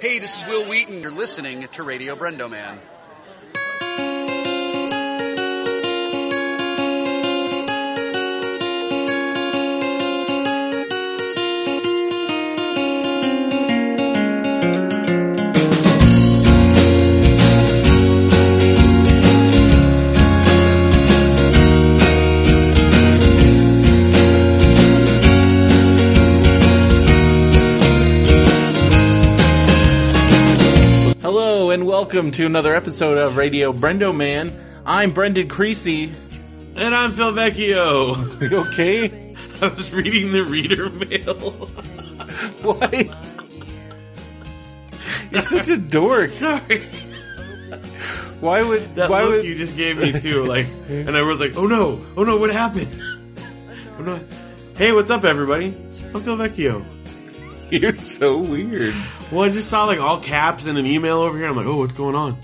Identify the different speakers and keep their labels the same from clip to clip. Speaker 1: This is Will Wheaton. You're listening to Radio Brendo Man.
Speaker 2: Hello and welcome to another episode of Radio Brendo Man. I'm Brendan Creasy.
Speaker 3: And I'm Phil Vecchio.
Speaker 2: You okay?
Speaker 3: I was reading the reader mail.
Speaker 2: Why? You're such a dork.
Speaker 3: Sorry.
Speaker 2: Why would
Speaker 3: That
Speaker 2: why
Speaker 3: look
Speaker 2: would
Speaker 3: you just gave me too, like, and I was like, oh no, oh no, what happened? Oh no. Hey, what's up everybody? I'm Phil Vecchio.
Speaker 2: you're so weird?
Speaker 3: Well, I just saw like all caps in an email over here. I'm like, oh, what's going on?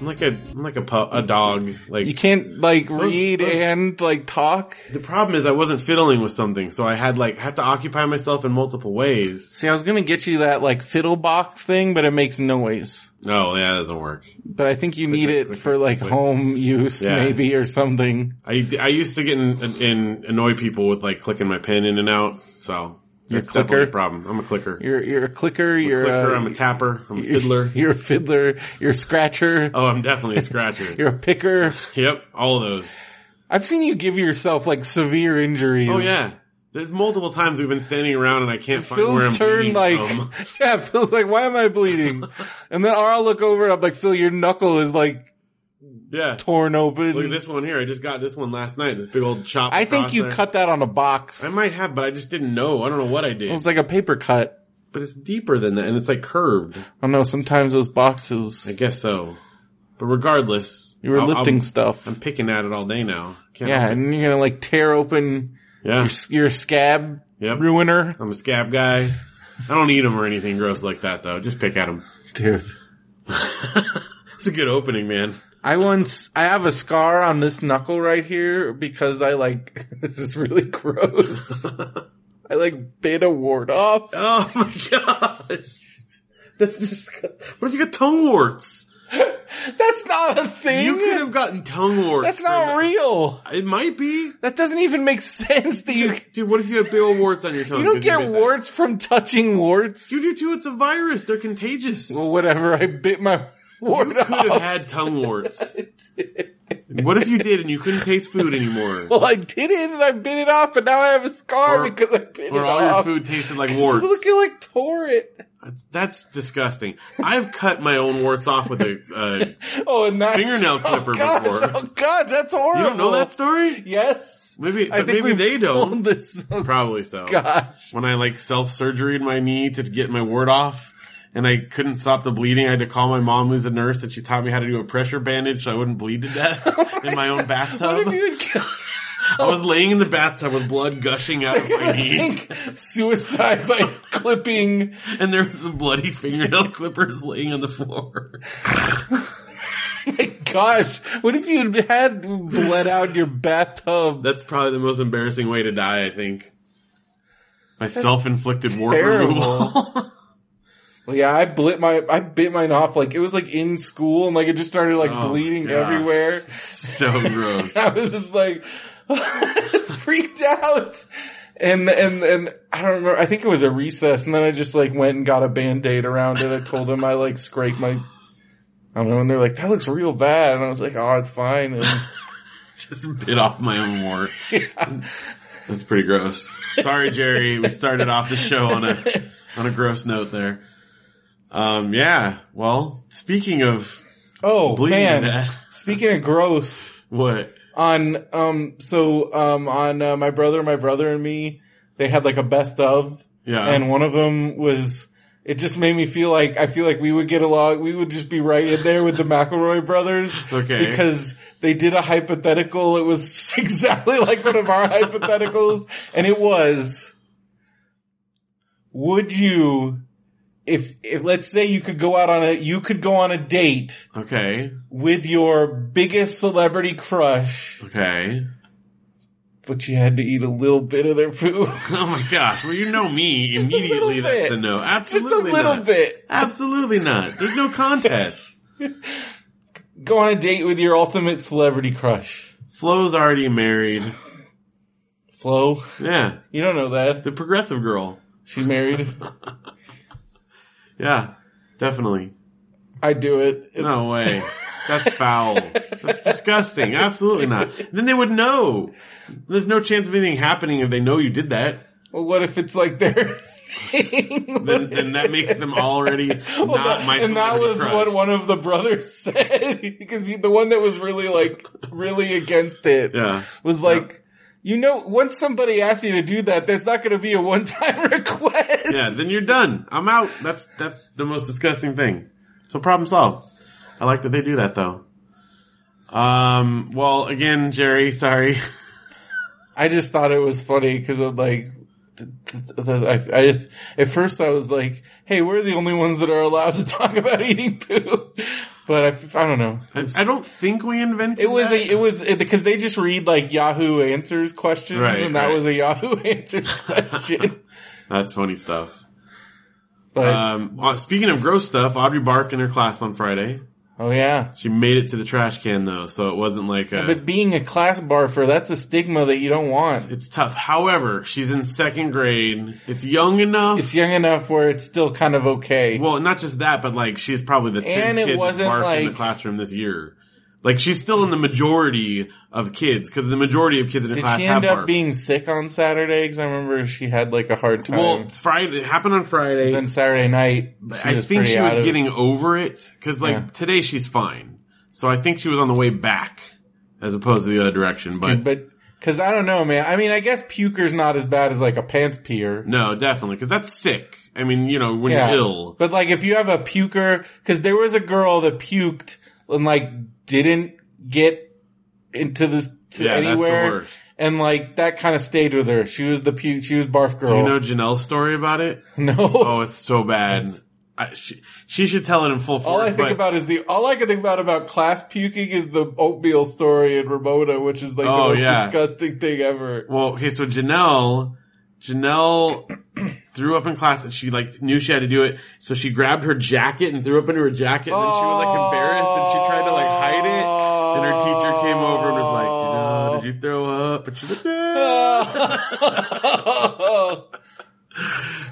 Speaker 3: I'm like a, I'm like a pu- a dog. Like
Speaker 2: You can't like read
Speaker 3: look.
Speaker 2: and like talk.
Speaker 3: the problem is I wasn't fiddling with something, so I had like had to occupy myself in multiple ways.
Speaker 2: See, I was gonna get you that like fiddle box thing, but it makes noise.
Speaker 3: Oh yeah, that doesn't work.
Speaker 2: But I think you need
Speaker 3: click,
Speaker 2: it
Speaker 3: click,
Speaker 2: for like
Speaker 3: click.
Speaker 2: home use
Speaker 3: Yeah.
Speaker 2: maybe or something.
Speaker 3: I, I used to get in, in annoy people with like clicking my pen in and out. So
Speaker 2: You're
Speaker 3: that's
Speaker 2: a clicker?
Speaker 3: definitely a problem. I'm a clicker.
Speaker 2: You're you're a clicker.
Speaker 3: I'm a
Speaker 2: You're
Speaker 3: clicker.
Speaker 2: a,
Speaker 3: I'm a tapper. I'm a fiddler.
Speaker 2: You're a fiddler. You're a scratcher.
Speaker 3: Oh, I'm definitely a scratcher.
Speaker 2: You're a picker.
Speaker 3: yep, all of those.
Speaker 2: I've seen you give yourself like severe injuries.
Speaker 3: Oh yeah. There's multiple times we've been standing around and I can't find where I'm
Speaker 2: Phil's turned
Speaker 3: bleeding
Speaker 2: like,
Speaker 3: from.
Speaker 2: yeah, Phil's like, why am I bleeding? and then or I'll look over and I'm like, Phil, your knuckle is like
Speaker 3: Yeah.
Speaker 2: torn open.
Speaker 3: Look at this one here. I just got this one last night. This big old chop.
Speaker 2: I think
Speaker 3: across
Speaker 2: you
Speaker 3: there.
Speaker 2: cut that on a box.
Speaker 3: I might have, but I just didn't know. I don't know what I did.
Speaker 2: it was like a paper cut.
Speaker 3: but it's deeper than that, and it's like curved.
Speaker 2: I don't know, sometimes those
Speaker 3: I
Speaker 2: boxes,
Speaker 3: guess so. But regardless,
Speaker 2: you were
Speaker 3: I'll- I'll-
Speaker 2: lifting stuff.
Speaker 3: I'm picking at it all day now. Can't
Speaker 2: yeah, and you're gonna like tear open
Speaker 3: Yeah.
Speaker 2: your, your scab
Speaker 3: Yep.
Speaker 2: ruiner.
Speaker 3: I'm a scab guy. I don't eat them or anything gross like that though. Just pick at them.
Speaker 2: Dude.
Speaker 3: It's a good opening, man.
Speaker 2: I once I have a scar on this knuckle right here because I like this is really gross. I like bit a wart off.
Speaker 3: Oh my gosh. That's disgusting. What if you got tongue warts?
Speaker 2: That's not a thing.
Speaker 3: You could have gotten tongue warts.
Speaker 2: That's not
Speaker 3: from-
Speaker 2: real.
Speaker 3: It might be.
Speaker 2: That doesn't even make sense that you
Speaker 3: Dude, what if you have big old warts on your tongue?
Speaker 2: you don't
Speaker 3: 'cause
Speaker 2: get
Speaker 3: bit that?
Speaker 2: warts from touching warts.
Speaker 3: You do too. It's a virus. They're contagious.
Speaker 2: Well, whatever. I bit my wart
Speaker 3: you could have
Speaker 2: off.
Speaker 3: had tongue warts.
Speaker 2: I did.
Speaker 3: What if you did and you couldn't taste food anymore?
Speaker 2: well, I did it and I bit it off, but now I have a scar
Speaker 3: Or-
Speaker 2: because I bit it
Speaker 3: Or all your
Speaker 2: off.
Speaker 3: food tasted like warts.
Speaker 2: Look, it like tore it.
Speaker 3: That's disgusting. I've cut my own warts off with a. Uh,
Speaker 2: Oh, and that's
Speaker 3: Fingernail
Speaker 2: oh,
Speaker 3: clipper
Speaker 2: gosh,
Speaker 3: before.
Speaker 2: Oh god, that's horrible.
Speaker 3: you don't know that story?
Speaker 2: Yes.
Speaker 3: Maybe,
Speaker 2: I think
Speaker 3: but maybe
Speaker 2: we've
Speaker 3: they don't.
Speaker 2: told This. Oh,
Speaker 3: Probably so.
Speaker 2: gosh.
Speaker 3: When I like self surgery in my knee to get my wart off, and I couldn't stop the bleeding, I had to call my mom, who's a nurse, and she taught me how to do a pressure bandage so I wouldn't bleed to death in Oh my own
Speaker 2: What
Speaker 3: bathtub.
Speaker 2: if you had
Speaker 3: I was laying in the bathtub with blood gushing out of my
Speaker 2: I
Speaker 3: knee,
Speaker 2: think suicide by clipping.
Speaker 3: and there was some bloody fingernail clippers laying on the floor.
Speaker 2: My gosh, what if you had had bled out your bathtub?
Speaker 3: That's probably the most embarrassing way to die, I think. My self-inflicted wart
Speaker 2: terrible.
Speaker 3: removal.
Speaker 2: Well, yeah, I bit my I bit mine off like it was like in school and like it just started like
Speaker 3: Oh,
Speaker 2: bleeding
Speaker 3: gosh.
Speaker 2: everywhere.
Speaker 3: so gross.
Speaker 2: I was just like freaked out. And, and, and I don't remember, I think it was a recess and then I just like went and got a band-aid around it. I told them I like scraped my, I don't know, and they're like, that looks real bad. And I was like, oh, it's fine. And
Speaker 3: Just bit off my own wart. That's pretty gross. Sorry, Jerry. we started off the show on a on a gross note there. Um, yeah. Well, speaking of
Speaker 2: oh
Speaker 3: bleeding,
Speaker 2: man,
Speaker 3: to-
Speaker 2: speaking of gross,
Speaker 3: what?
Speaker 2: on, um, so, um, on, uh, my brother, my brother and me, they had like a best of
Speaker 3: Yeah.
Speaker 2: and one of them was it just made me feel like I feel like we would get along. We would just be right in there with the McElroy brothers,
Speaker 3: Okay.
Speaker 2: Because they did a hypothetical. It was exactly like one of our hypotheticals, and it was: Would you, if if let's say you could go out on a you could go on a date
Speaker 3: okay.
Speaker 2: with your biggest celebrity crush,
Speaker 3: Okay.
Speaker 2: but you had to eat a little bit of their food.
Speaker 3: Oh my gosh. Well, you know me
Speaker 2: a little
Speaker 3: immediately. That's
Speaker 2: bit.
Speaker 3: a no.
Speaker 2: Just a
Speaker 3: Absolutely
Speaker 2: little
Speaker 3: not.
Speaker 2: bit.
Speaker 3: Absolutely not. There's no contest.
Speaker 2: Go on a date with your ultimate celebrity crush.
Speaker 3: Flo's already married.
Speaker 2: Flo,
Speaker 3: Yeah.
Speaker 2: you don't know that.
Speaker 3: The progressive girl.
Speaker 2: She's married.
Speaker 3: Yeah. Definitely.
Speaker 2: I do it.
Speaker 3: No way. That's foul. That's disgusting. Absolutely not. Then they would know. There's no chance of anything happening if they know you did that.
Speaker 2: Well, what if it's like their thing?
Speaker 3: Then, then that makes them already not
Speaker 2: Well, that-
Speaker 3: my
Speaker 2: and that
Speaker 3: celebrity
Speaker 2: was
Speaker 3: crush.
Speaker 2: what one of the brothers said because he, the one that was really like really against it
Speaker 3: Yeah.
Speaker 2: was like, you know, once somebody asks you to do that, that's not going to be a one time request.
Speaker 3: Yeah, then you're done. I'm out. That's that's the most disgusting thing. So problem solved. I like that they do that though. Um. Well, again, Jerry. Sorry.
Speaker 2: I just thought it was funny because of like, th- th- th- I, I just at first I was like, "Hey, we're the only ones that are allowed to talk about eating poo," but I, f- I don't know.
Speaker 3: I, I don't think we invented.
Speaker 2: It was
Speaker 3: that.
Speaker 2: a, it was it- because they just read like Yahoo Answers questions,
Speaker 3: Right,
Speaker 2: and that
Speaker 3: right.
Speaker 2: was a Yahoo Answers question.
Speaker 3: That's funny stuff.
Speaker 2: But
Speaker 3: Um. uh, Speaking of gross stuff, Audrey barfed in her class on Friday.
Speaker 2: oh yeah,
Speaker 3: She made it to the trash can though, so it wasn't like a.
Speaker 2: but being a class barfer, that's a stigma that you don't want.
Speaker 3: it's tough. However, she's in second grade. It's young enough.
Speaker 2: It's young enough where it's still kind of okay.
Speaker 3: Well, not just that, but like she's probably the tenth
Speaker 2: And it
Speaker 3: kid
Speaker 2: wasn't,
Speaker 3: that barfed in
Speaker 2: like-
Speaker 3: the classroom this year. Like she's still in the majority of kids because the majority of kids in the
Speaker 2: Did
Speaker 3: class
Speaker 2: she
Speaker 3: have
Speaker 2: end up
Speaker 3: barfed.
Speaker 2: being sick on Saturday? Because I remember she had like a hard time.
Speaker 3: well, Friday it happened on Friday.
Speaker 2: then Saturday night, she
Speaker 3: I
Speaker 2: was
Speaker 3: think
Speaker 2: pretty
Speaker 3: she
Speaker 2: out of
Speaker 3: was
Speaker 2: it.
Speaker 3: getting over it because like
Speaker 2: Yeah.
Speaker 3: today she's fine. So I think she was on the way back as opposed to the other direction. But
Speaker 2: but because I don't know, man. I mean, I guess puker's not as bad as like a pants peer.
Speaker 3: no, definitely because that's sick. I mean, you know, when you're ill,
Speaker 2: But like if you have a puker, cause there was a girl that puked and like didn't get into this to
Speaker 3: Yeah, that's the
Speaker 2: anywhere.
Speaker 3: worst.
Speaker 2: And like that kind of stayed with her. She was the puke, she was barf
Speaker 3: do you
Speaker 2: girl.
Speaker 3: know Janelle's story about it?
Speaker 2: no.
Speaker 3: Oh, it's so bad. I, she, she should tell it in full force.
Speaker 2: All I think
Speaker 3: but-
Speaker 2: about is the all I can think about about class puking is the oatmeal story in Ramona, which is like the
Speaker 3: Oh,
Speaker 2: most
Speaker 3: yeah.
Speaker 2: disgusting thing ever.
Speaker 3: Well, okay, so Janelle, Janelle threw up in class and she like knew she had to do it, so she grabbed her jacket and threw up into her jacket and then she was like embarrassed and she tried to like hide it. And her teacher came over and was like, Janelle, did you throw up? And she was like, no. uh,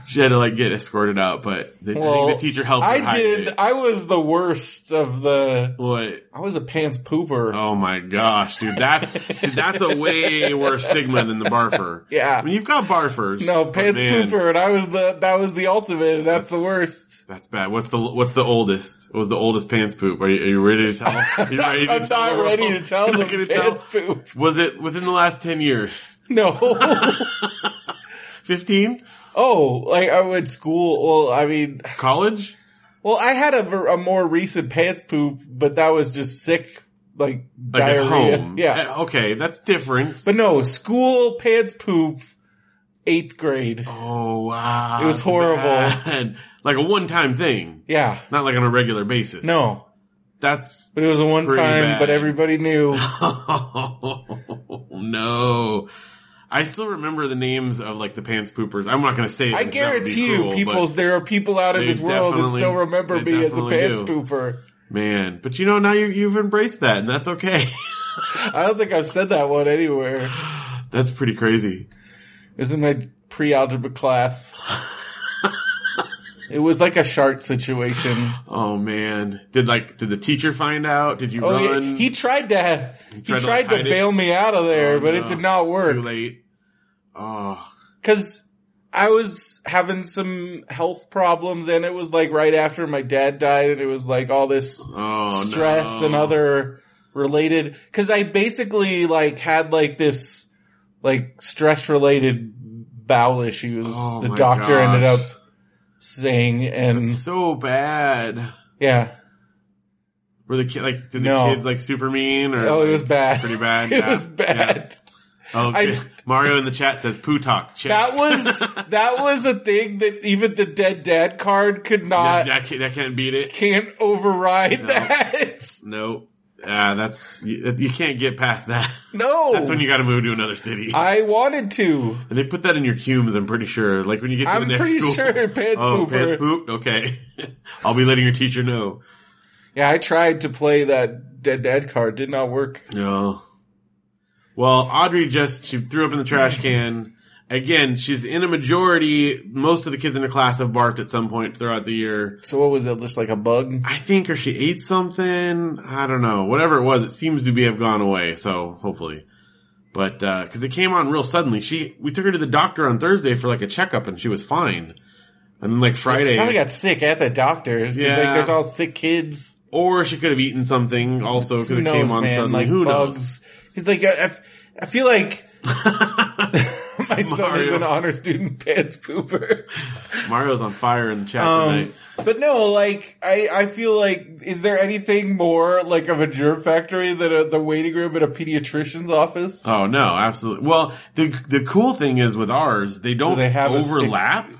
Speaker 3: She had to like get escorted out, but the, I
Speaker 2: Well,
Speaker 3: think the teacher helped her
Speaker 2: I
Speaker 3: hide
Speaker 2: did.
Speaker 3: it.
Speaker 2: I was the worst of the.
Speaker 3: What?
Speaker 2: I was a pants pooper.
Speaker 3: Oh my gosh, dude, that's, see, that's a way worse stigma than the barfer. I
Speaker 2: yeah.
Speaker 3: mean, you've got barfers.
Speaker 2: No
Speaker 3: but
Speaker 2: pants
Speaker 3: Oh, man,
Speaker 2: pooper, and I was the. That was the ultimate. And that's the worst.
Speaker 3: That's bad. What's the what's the oldest? What was the oldest pants poop? Are you, are you ready to tell? Are you ready
Speaker 2: I'm
Speaker 3: the
Speaker 2: not
Speaker 3: world?
Speaker 2: ready to tell
Speaker 3: You're
Speaker 2: them
Speaker 3: not gonna tell?
Speaker 2: pants poop.
Speaker 3: Was it within the last ten years?
Speaker 2: No.
Speaker 3: Fifteen?
Speaker 2: oh, like I went school. Well, I mean,
Speaker 3: College?
Speaker 2: well, I had a, ver- a more recent pants poop, but that was just sick, like,
Speaker 3: Like
Speaker 2: diarrhea.
Speaker 3: at home?
Speaker 2: Yeah.
Speaker 3: Eh, Okay, that's different.
Speaker 2: But no, school pants poop, eighth grade.
Speaker 3: Oh wow!
Speaker 2: It was
Speaker 3: that's
Speaker 2: horrible.
Speaker 3: bad. Like a one-time thing,
Speaker 2: Yeah.
Speaker 3: not like on a regular basis.
Speaker 2: No.
Speaker 3: that's
Speaker 2: But it was a one
Speaker 3: Pretty
Speaker 2: time,
Speaker 3: bad.
Speaker 2: but everybody knew.
Speaker 3: oh no. I still remember the names of like the pants poopers. I'm not going to say. it
Speaker 2: I
Speaker 3: because that would be
Speaker 2: guarantee you,
Speaker 3: cruel, but-
Speaker 2: people, there are people out in
Speaker 3: They
Speaker 2: this world that still
Speaker 3: definitely-
Speaker 2: remember
Speaker 3: they
Speaker 2: me as a
Speaker 3: definitely
Speaker 2: pants
Speaker 3: do.
Speaker 2: pooper.
Speaker 3: Man, but you know now you, you've embraced that, and that's okay.
Speaker 2: I don't think I've said that one anywhere.
Speaker 3: that's pretty crazy.
Speaker 2: This is my pre-algebra class. it was like a shark situation.
Speaker 3: Oh man, did like did the teacher find out? Did you
Speaker 2: Oh,
Speaker 3: run?
Speaker 2: he, he tried to, he
Speaker 3: tried
Speaker 2: tried
Speaker 3: to,
Speaker 2: to,
Speaker 3: like, hide it?
Speaker 2: bail me out of there,
Speaker 3: Oh,
Speaker 2: but
Speaker 3: no.
Speaker 2: it did not work.
Speaker 3: Too late. Oh,
Speaker 2: Cause I was having some health problems and it was like right after my dad died and it was like all this
Speaker 3: oh,
Speaker 2: stress
Speaker 3: no.
Speaker 2: and other related cuz I basically like had like this like stress related bowel issues
Speaker 3: Oh
Speaker 2: the
Speaker 3: my
Speaker 2: doctor
Speaker 3: gosh.
Speaker 2: ended up saying and
Speaker 3: So bad.
Speaker 2: yeah
Speaker 3: Were the kid like did the
Speaker 2: No.
Speaker 3: kids like super mean or?
Speaker 2: oh it
Speaker 3: like,
Speaker 2: was bad
Speaker 3: Pretty bad.
Speaker 2: it
Speaker 3: yeah.
Speaker 2: was bad
Speaker 3: Yeah. Oh,
Speaker 2: I-
Speaker 3: shit. Mario in the chat says poo talk. Check.
Speaker 2: that was that was a thing that even the dead dad card could
Speaker 3: that,
Speaker 2: not
Speaker 3: that can't, that can't beat it.
Speaker 2: can't override
Speaker 3: No.
Speaker 2: that
Speaker 3: No, uh, that's you, you can't get past that.
Speaker 2: No,
Speaker 3: That's when you got to move to another city.
Speaker 2: I wanted to.
Speaker 3: and they put that in your cums. I'm pretty sure. Like when you get to
Speaker 2: I'm
Speaker 3: the next
Speaker 2: pretty
Speaker 3: school.
Speaker 2: sure pants
Speaker 3: oh,
Speaker 2: pooper.
Speaker 3: pants poop. Okay, I'll be letting your teacher know.
Speaker 2: Yeah, I tried to play that dead dad card. Did not work.
Speaker 3: No. Well, Audrey just she threw up in the trash can. Again, she's in a majority. Most of the kids in her class have barfed at some point throughout the year.
Speaker 2: So what was it? Just like a bug?
Speaker 3: I think, or she ate something. I don't know. Whatever it was, it seems to be have gone away. So hopefully, but because it came on real suddenly, she we took her to the doctor on Thursday for like a checkup, and she was fine. And then like
Speaker 2: She
Speaker 3: Friday,
Speaker 2: probably got sick at the doctor's. 'cause,
Speaker 3: Yeah.
Speaker 2: like there's all sick kids.
Speaker 3: or she could have eaten something also because
Speaker 2: Who
Speaker 3: it
Speaker 2: knows,
Speaker 3: came on
Speaker 2: man?
Speaker 3: suddenly.
Speaker 2: Like
Speaker 3: Who knows?
Speaker 2: bugs. Because like I, I f- I feel like my son is
Speaker 3: Mario.
Speaker 2: an honor student, pants pooper.
Speaker 3: Mario's on fire in the chat
Speaker 2: Um,
Speaker 3: tonight.
Speaker 2: but no, like I, I feel like is there anything more like of a germ factory than a, the waiting room at a pediatrician's office?
Speaker 3: Oh no, absolutely. Well, the the cool thing is with ours, they don't
Speaker 2: Do they have a sick-
Speaker 3: overlap.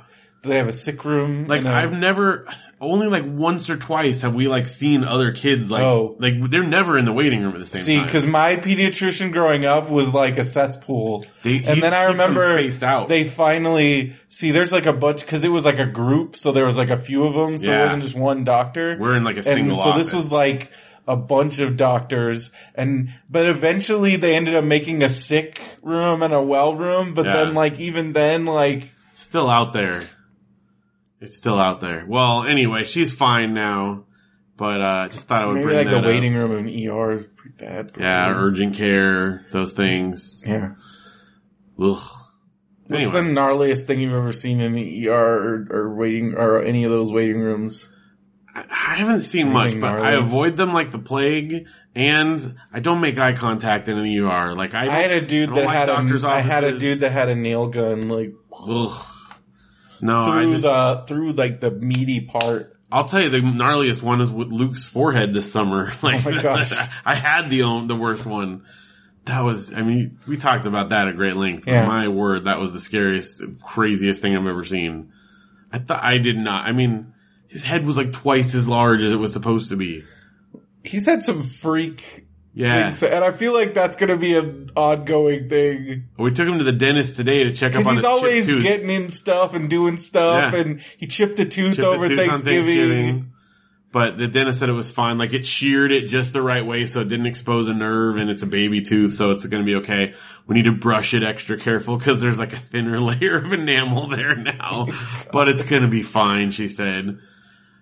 Speaker 2: Do they have a sick room?
Speaker 3: like
Speaker 2: and a-
Speaker 3: I've never, only like once or twice have we like seen other kids like
Speaker 2: Oh.
Speaker 3: like they're never in the waiting room at the same
Speaker 2: See,
Speaker 3: time.
Speaker 2: because my pediatrician growing up was like a cesspool,
Speaker 3: They-
Speaker 2: and
Speaker 3: he
Speaker 2: then I
Speaker 3: keeps them
Speaker 2: remember
Speaker 3: spaced out.
Speaker 2: they finally see. There's like a bunch because it was like a group, so there was like a few of them, so it
Speaker 3: Yeah.
Speaker 2: wasn't just one doctor.
Speaker 3: We're in, like, a
Speaker 2: and
Speaker 3: single
Speaker 2: So this
Speaker 3: office.
Speaker 2: was like a bunch of doctors, and but eventually they ended up making a sick room and a well room. But
Speaker 3: Yeah.
Speaker 2: then, like even then, like
Speaker 3: It's still out there. It's still out there. Well, anyway, she's fine now, but uh just thought I would
Speaker 2: maybe
Speaker 3: bring
Speaker 2: like
Speaker 3: that
Speaker 2: the
Speaker 3: up.
Speaker 2: waiting room in ER is pretty bad.
Speaker 3: Yeah, urgent care, those things.
Speaker 2: yeah.
Speaker 3: Ugh.
Speaker 2: What's
Speaker 3: Anyway.
Speaker 2: the gnarliest thing you've ever seen in the ER or, or waiting or any of those waiting rooms?
Speaker 3: I I haven't seen much,
Speaker 2: Anything
Speaker 3: but I
Speaker 2: gnarly?
Speaker 3: avoid them like the plague, and I don't make eye contact in an ER. Like I,
Speaker 2: I had a dude
Speaker 3: I don't
Speaker 2: that
Speaker 3: like
Speaker 2: had
Speaker 3: doctor's
Speaker 2: a I had a
Speaker 3: offices.
Speaker 2: dude that had a nail gun like
Speaker 3: Ugh. No, I
Speaker 2: through
Speaker 3: just,
Speaker 2: the through like the meaty part.
Speaker 3: I'll tell you the gnarliest one is with Luke's forehead this summer. Like,
Speaker 2: Oh my gosh.
Speaker 3: I had the own, the worst one. That was, I mean, we talked about that at great length. but
Speaker 2: Yeah.
Speaker 3: My word, that was the scariest, craziest thing I've ever seen. I thought I did not. I mean, his head was like twice as large as it was supposed to be.
Speaker 2: He's had some freak
Speaker 3: Yeah.
Speaker 2: things, and I feel like that's gonna be an ongoing thing
Speaker 3: We took him to the dentist today to check up
Speaker 2: because he's
Speaker 3: on his chipped
Speaker 2: always
Speaker 3: tooth.
Speaker 2: getting in stuff and doing stuff,
Speaker 3: Yeah.
Speaker 2: and he chipped a tooth
Speaker 3: Chipped a
Speaker 2: over
Speaker 3: tooth on
Speaker 2: Thanksgiving.
Speaker 3: But the dentist said it was fine. Like it sheared it just the right way so it didn't expose a nerve and it's a baby tooth so it's gonna be okay. We need to brush it extra careful cause there's like a thinner layer of enamel there now. but it's gonna be fine, she said.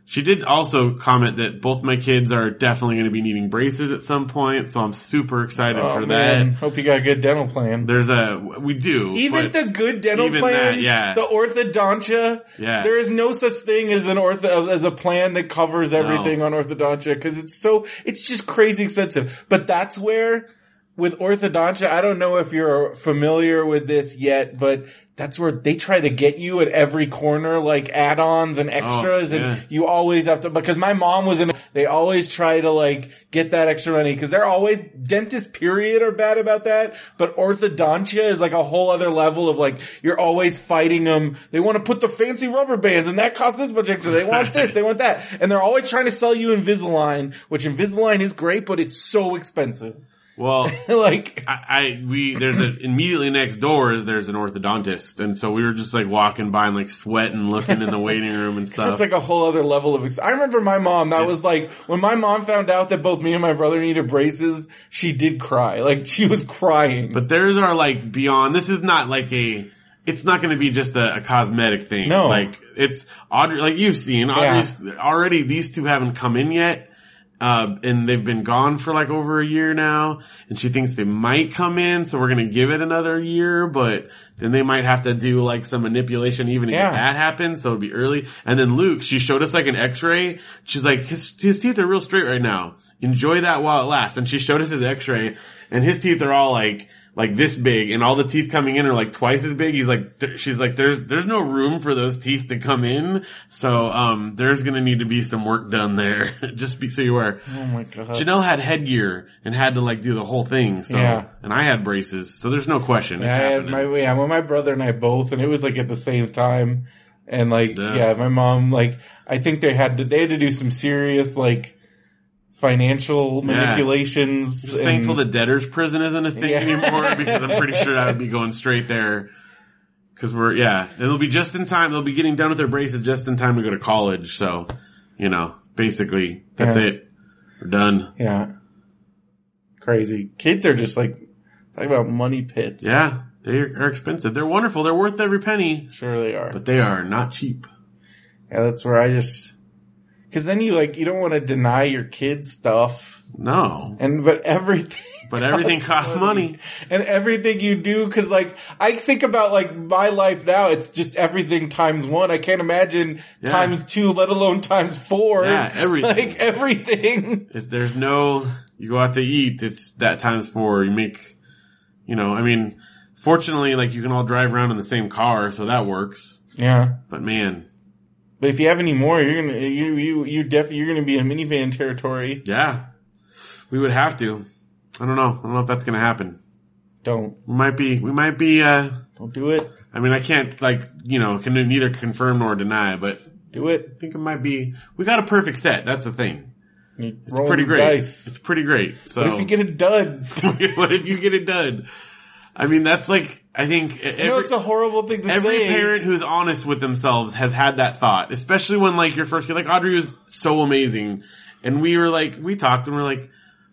Speaker 3: She did also comment that both my kids are definitely gonna be needing braces at some point so I'm super excited
Speaker 2: Oh,
Speaker 3: for
Speaker 2: man.
Speaker 3: that.
Speaker 2: Hope you got a good dental plan.
Speaker 3: There's a, we do.
Speaker 2: Even
Speaker 3: but-
Speaker 2: the good dental
Speaker 3: Even that,
Speaker 2: plans,
Speaker 3: yeah.
Speaker 2: the orthodontia,
Speaker 3: Yeah.
Speaker 2: there is no such thing as an ortho as a plan that covers everything on orthodontia because it's so it's just crazy expensive. But that's where with orthodontia, I don't know if you're familiar with this yet, but that's where they try to get you at every corner, like add-ons and extras,
Speaker 3: yeah.
Speaker 2: and you always have to, because my mom was in, they always try to like get that extra money, because they're always, dentists period are bad about that, but orthodontia is like a whole other level of like, you're always fighting them. They want to put the fancy rubber bands and that costs this much extra. They want this, they want that. And they're always trying to sell you Invisalign, which Invisalign is great, but it's so expensive.
Speaker 3: well,
Speaker 2: like,
Speaker 3: I, I we there's a immediately next door is there's an orthodontist, and so we were just like walking by and like sweating, looking in the waiting room and
Speaker 2: That's
Speaker 3: stuff.
Speaker 2: like a whole other level of experience. I remember my mom, that was like, when my mom found out that both me and my brother needed braces, she did cry. Like, she was crying.
Speaker 3: but there's our like beyond. This is not like a. It's not going to be just a, a cosmetic thing.
Speaker 2: No.
Speaker 3: like it's Audrey. Like you've seen Audrey's already. These two haven't come in yet. Uh, and they've been gone for like over a year now, and she thinks they might come in, so we're gonna give it another year, but then they might have to do like some manipulation even to
Speaker 2: Yeah.
Speaker 3: get that happened, so it'd be early. And then Luke, she showed us like an x-ray. She's like, his, his teeth are real straight right now. Enjoy that while it lasts. And she showed us his x-ray and his teeth are all like, like this big and all the teeth coming in are like twice as big. He's like, th- she's like, there's, there's no room for those teeth to come in. So, um, there's going to need to be some work done there. Just be, so you aware.
Speaker 2: oh my god.
Speaker 3: Janelle had headgear and had to like do the whole thing. So,
Speaker 2: Yeah.
Speaker 3: and I had braces. So there's no question. It's
Speaker 2: I had
Speaker 3: happening.
Speaker 2: my, yeah, well, my brother and I both, and it was like at the same time. And like,
Speaker 3: Yeah.
Speaker 2: yeah, my mom, like, I think they had to, they had to do some serious, like, financial
Speaker 3: Yeah.
Speaker 2: manipulations.
Speaker 3: Just
Speaker 2: and-
Speaker 3: thankful the debtor's prison isn't a thing
Speaker 2: Yeah.
Speaker 3: anymore because I'm pretty sure that would be going straight there. Cause we're, yeah, it'll be just in time. They'll be getting done with their braces just in time to go to college. So, you know, basically that's
Speaker 2: Yeah.
Speaker 3: it. We're done.
Speaker 2: yeah, crazy kids are just like talk about money pits.
Speaker 3: Yeah. They are expensive. They're wonderful. They're worth every penny,
Speaker 2: sure they are.
Speaker 3: but they are not cheap.
Speaker 2: yeah, that's where I just because then you like you don't want to deny your kids stuff,
Speaker 3: No,
Speaker 2: and but everything.
Speaker 3: but everything costs money.
Speaker 2: and everything you do because like i think about like my life now it's just everything times one i can't imagine
Speaker 3: Yeah.
Speaker 2: times two let alone times four
Speaker 3: Yeah, everything.
Speaker 2: like everything
Speaker 3: If there's no, you go out to eat, it's that times four. You make, you know, I mean, fortunately, like you can all drive around in the same car, so that works.
Speaker 2: yeah
Speaker 3: But man,
Speaker 2: but if you have any more you're gonna you you you definitely you're gonna be in minivan territory
Speaker 3: yeah, we would have to. I don't know. I don't know if that's gonna happen.
Speaker 2: don't
Speaker 3: We might be, we might be, uh,
Speaker 2: don't do it
Speaker 3: I mean, I can't like, you know, can neither confirm nor deny, but
Speaker 2: do it
Speaker 3: I think it might be, we got a perfect set. That's the thing.
Speaker 2: it's
Speaker 3: It's pretty great. It's pretty great. So
Speaker 2: What if you get a dud
Speaker 3: what if you get it done? I mean, that's like, I think every,
Speaker 2: you know it's a horrible thing to
Speaker 3: every
Speaker 2: say
Speaker 3: parent who's honest with themselves has had that thought, especially when like your first kid, like Audrey was so amazing. And we were like, we talked and we're like,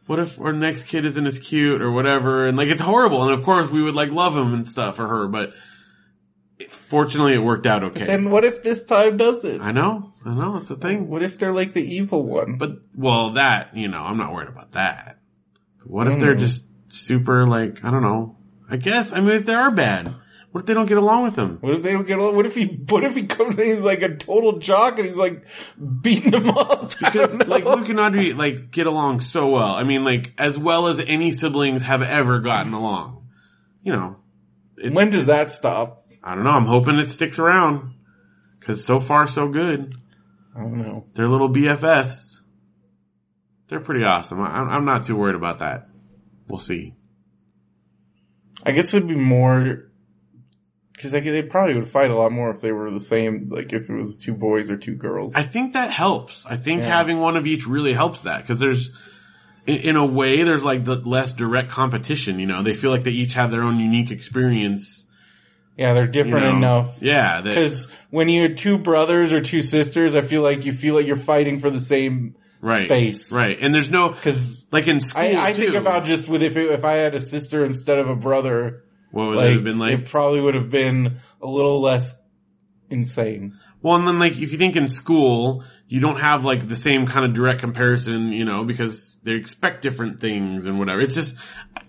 Speaker 3: what if our next kid isn't as cute or whatever? And like, it's horrible. And of course we would like love him and stuff for her, but fortunately it worked out okay.
Speaker 2: and what if this time doesn't
Speaker 3: I know, I know, it's a thing.
Speaker 2: what if they're like the evil one
Speaker 3: But well, that you know, I'm not worried about that. But what if
Speaker 2: Mm.
Speaker 3: they're just super like I don't know? I guess I mean if they are bad, what if they don't get along with them?
Speaker 2: What if they don't get along? What if he? What if he comes in? He's like a total jock, and he's like beating him up.
Speaker 3: Because like
Speaker 2: like,
Speaker 3: Luke and Audrey like get along so well. I mean like as well as any siblings have ever gotten along. You know,
Speaker 2: when does that stop?
Speaker 3: I don't know. I'm hoping it sticks around because so far so good.
Speaker 2: I don't know.
Speaker 3: They're little BFFs. They're pretty awesome. I, I'm I'm not too worried about that. We'll see.
Speaker 2: I guess it'd be more because like they probably would fight a lot more if they were the same. Like if it was two boys or two girls.
Speaker 3: I think that helps. I think
Speaker 2: Yeah.
Speaker 3: having one of each really helps that because there's, in, in a way, there's like the less direct competition. You know, they feel like they each have their own unique experience.
Speaker 2: yeah, they're
Speaker 3: you
Speaker 2: different
Speaker 3: know.
Speaker 2: enough.
Speaker 3: Yeah. That,
Speaker 2: Because when you're two brothers or two sisters, I feel like you feel like you're fighting for the same
Speaker 3: right.
Speaker 2: space.
Speaker 3: Right. And there's no
Speaker 2: Because
Speaker 3: like in school.
Speaker 2: I, I
Speaker 3: too,
Speaker 2: think about just with if it, if I had a sister instead of a brother,
Speaker 3: what would it
Speaker 2: like,
Speaker 3: have been like.
Speaker 2: it probably would have been a little less insane.
Speaker 3: Well, and then like if you think in school, you don't have like the same kind of direct comparison, you know, because they expect different things and whatever. It's just,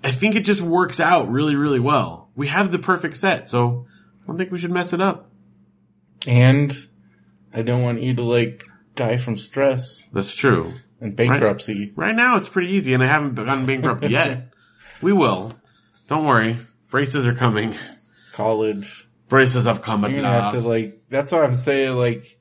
Speaker 3: I think it just works out really, really well. We have the perfect set, so I don't think we should mess it up.
Speaker 2: And I don't want you to like die from stress
Speaker 3: That's true.
Speaker 2: and bankruptcy.
Speaker 3: Right now it's pretty easy and I haven't gone bankrupt yet. We will. Don't worry. Braces are coming.
Speaker 2: College.
Speaker 3: Braces have come at
Speaker 2: You're gonna
Speaker 3: last.
Speaker 2: have to like, that's what I'm saying, like,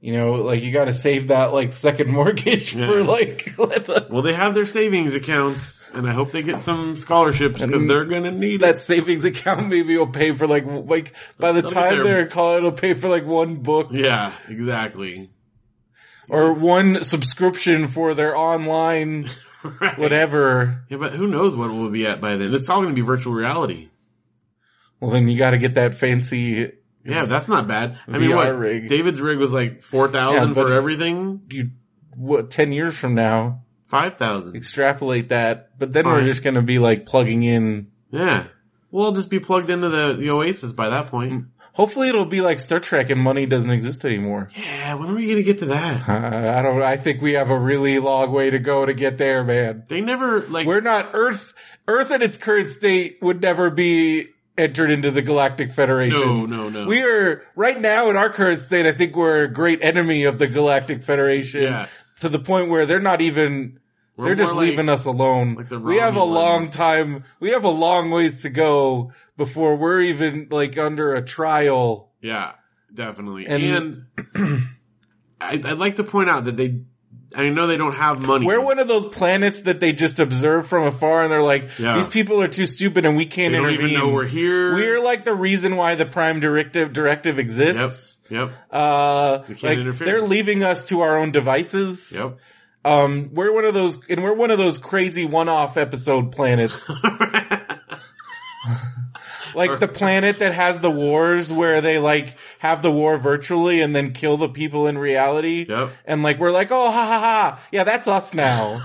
Speaker 2: you know, like you gotta save that like second mortgage
Speaker 3: Yeah.
Speaker 2: for like,
Speaker 3: well, they have their savings accounts and I hope they get some scholarships because
Speaker 2: And
Speaker 3: they're going to need
Speaker 2: that savings account maybe will pay for like, like by the
Speaker 3: They'll get
Speaker 2: time
Speaker 3: their-
Speaker 2: they're in college, it'll pay for like one book
Speaker 3: it. Yeah, exactly.
Speaker 2: or one subscription for their online
Speaker 3: Right.
Speaker 2: whatever.
Speaker 3: Yeah, but who knows what we'll be at by then? It's all going to be virtual reality.
Speaker 2: Well then you gotta get that fancy
Speaker 3: Yeah, that's not bad. I mean,
Speaker 2: VR
Speaker 3: what?
Speaker 2: rig.
Speaker 3: David's rig was like 4,000
Speaker 2: Yeah, but-
Speaker 3: for everything?
Speaker 2: you what 10 years from now
Speaker 3: 5,000.
Speaker 2: extrapolate that but then
Speaker 3: Fine.
Speaker 2: we're just going to be like plugging in
Speaker 3: Yeah. We'll just be plugged into the, the Oasis by that
Speaker 2: Mm.
Speaker 3: point.
Speaker 2: hopefully it'll be like star trek and money doesn't exist anymore
Speaker 3: Yeah, when are we going to get to that?
Speaker 2: uh, i don't i think we have a really long way to go to get there man
Speaker 3: They never, like,
Speaker 2: we're not earth earth in its current state would never be entered into the galactic
Speaker 3: no,
Speaker 2: federation
Speaker 3: no, no.
Speaker 2: we are right now in our current state i think we're a great enemy of the galactic federation
Speaker 3: Yeah.
Speaker 2: to the point where they're not even
Speaker 3: We're
Speaker 2: They're just
Speaker 3: more like-
Speaker 2: leaving us alone.
Speaker 3: like the
Speaker 2: we have a
Speaker 3: Romulans.
Speaker 2: long time. We have a long ways to go before we're even like under a trial.
Speaker 3: Yeah, definitely. And,
Speaker 2: And-
Speaker 3: I, I'd like to point out that they, I know they don't have money.
Speaker 2: We're one of those planets that they just observe from afar, and they're like,
Speaker 3: Yeah.
Speaker 2: "These people are too stupid, and we
Speaker 3: They
Speaker 2: can't
Speaker 3: don't
Speaker 2: intervene."
Speaker 3: even know we're here.
Speaker 2: We're like the reason why the Prime Directive directive
Speaker 3: Yep.
Speaker 2: exists.
Speaker 3: Yep.
Speaker 2: Uh,
Speaker 3: We can't
Speaker 2: like
Speaker 3: interfere.
Speaker 2: they're leaving us to our own devices.
Speaker 3: Yep.
Speaker 2: Um, we're one of those, and we're one of those crazy one-off episode planets. like the planet that has the wars where they like have the war virtually and then kill the people in reality.
Speaker 3: Yep.
Speaker 2: And like we're like, oh ha ha ha, yeah, that's us now.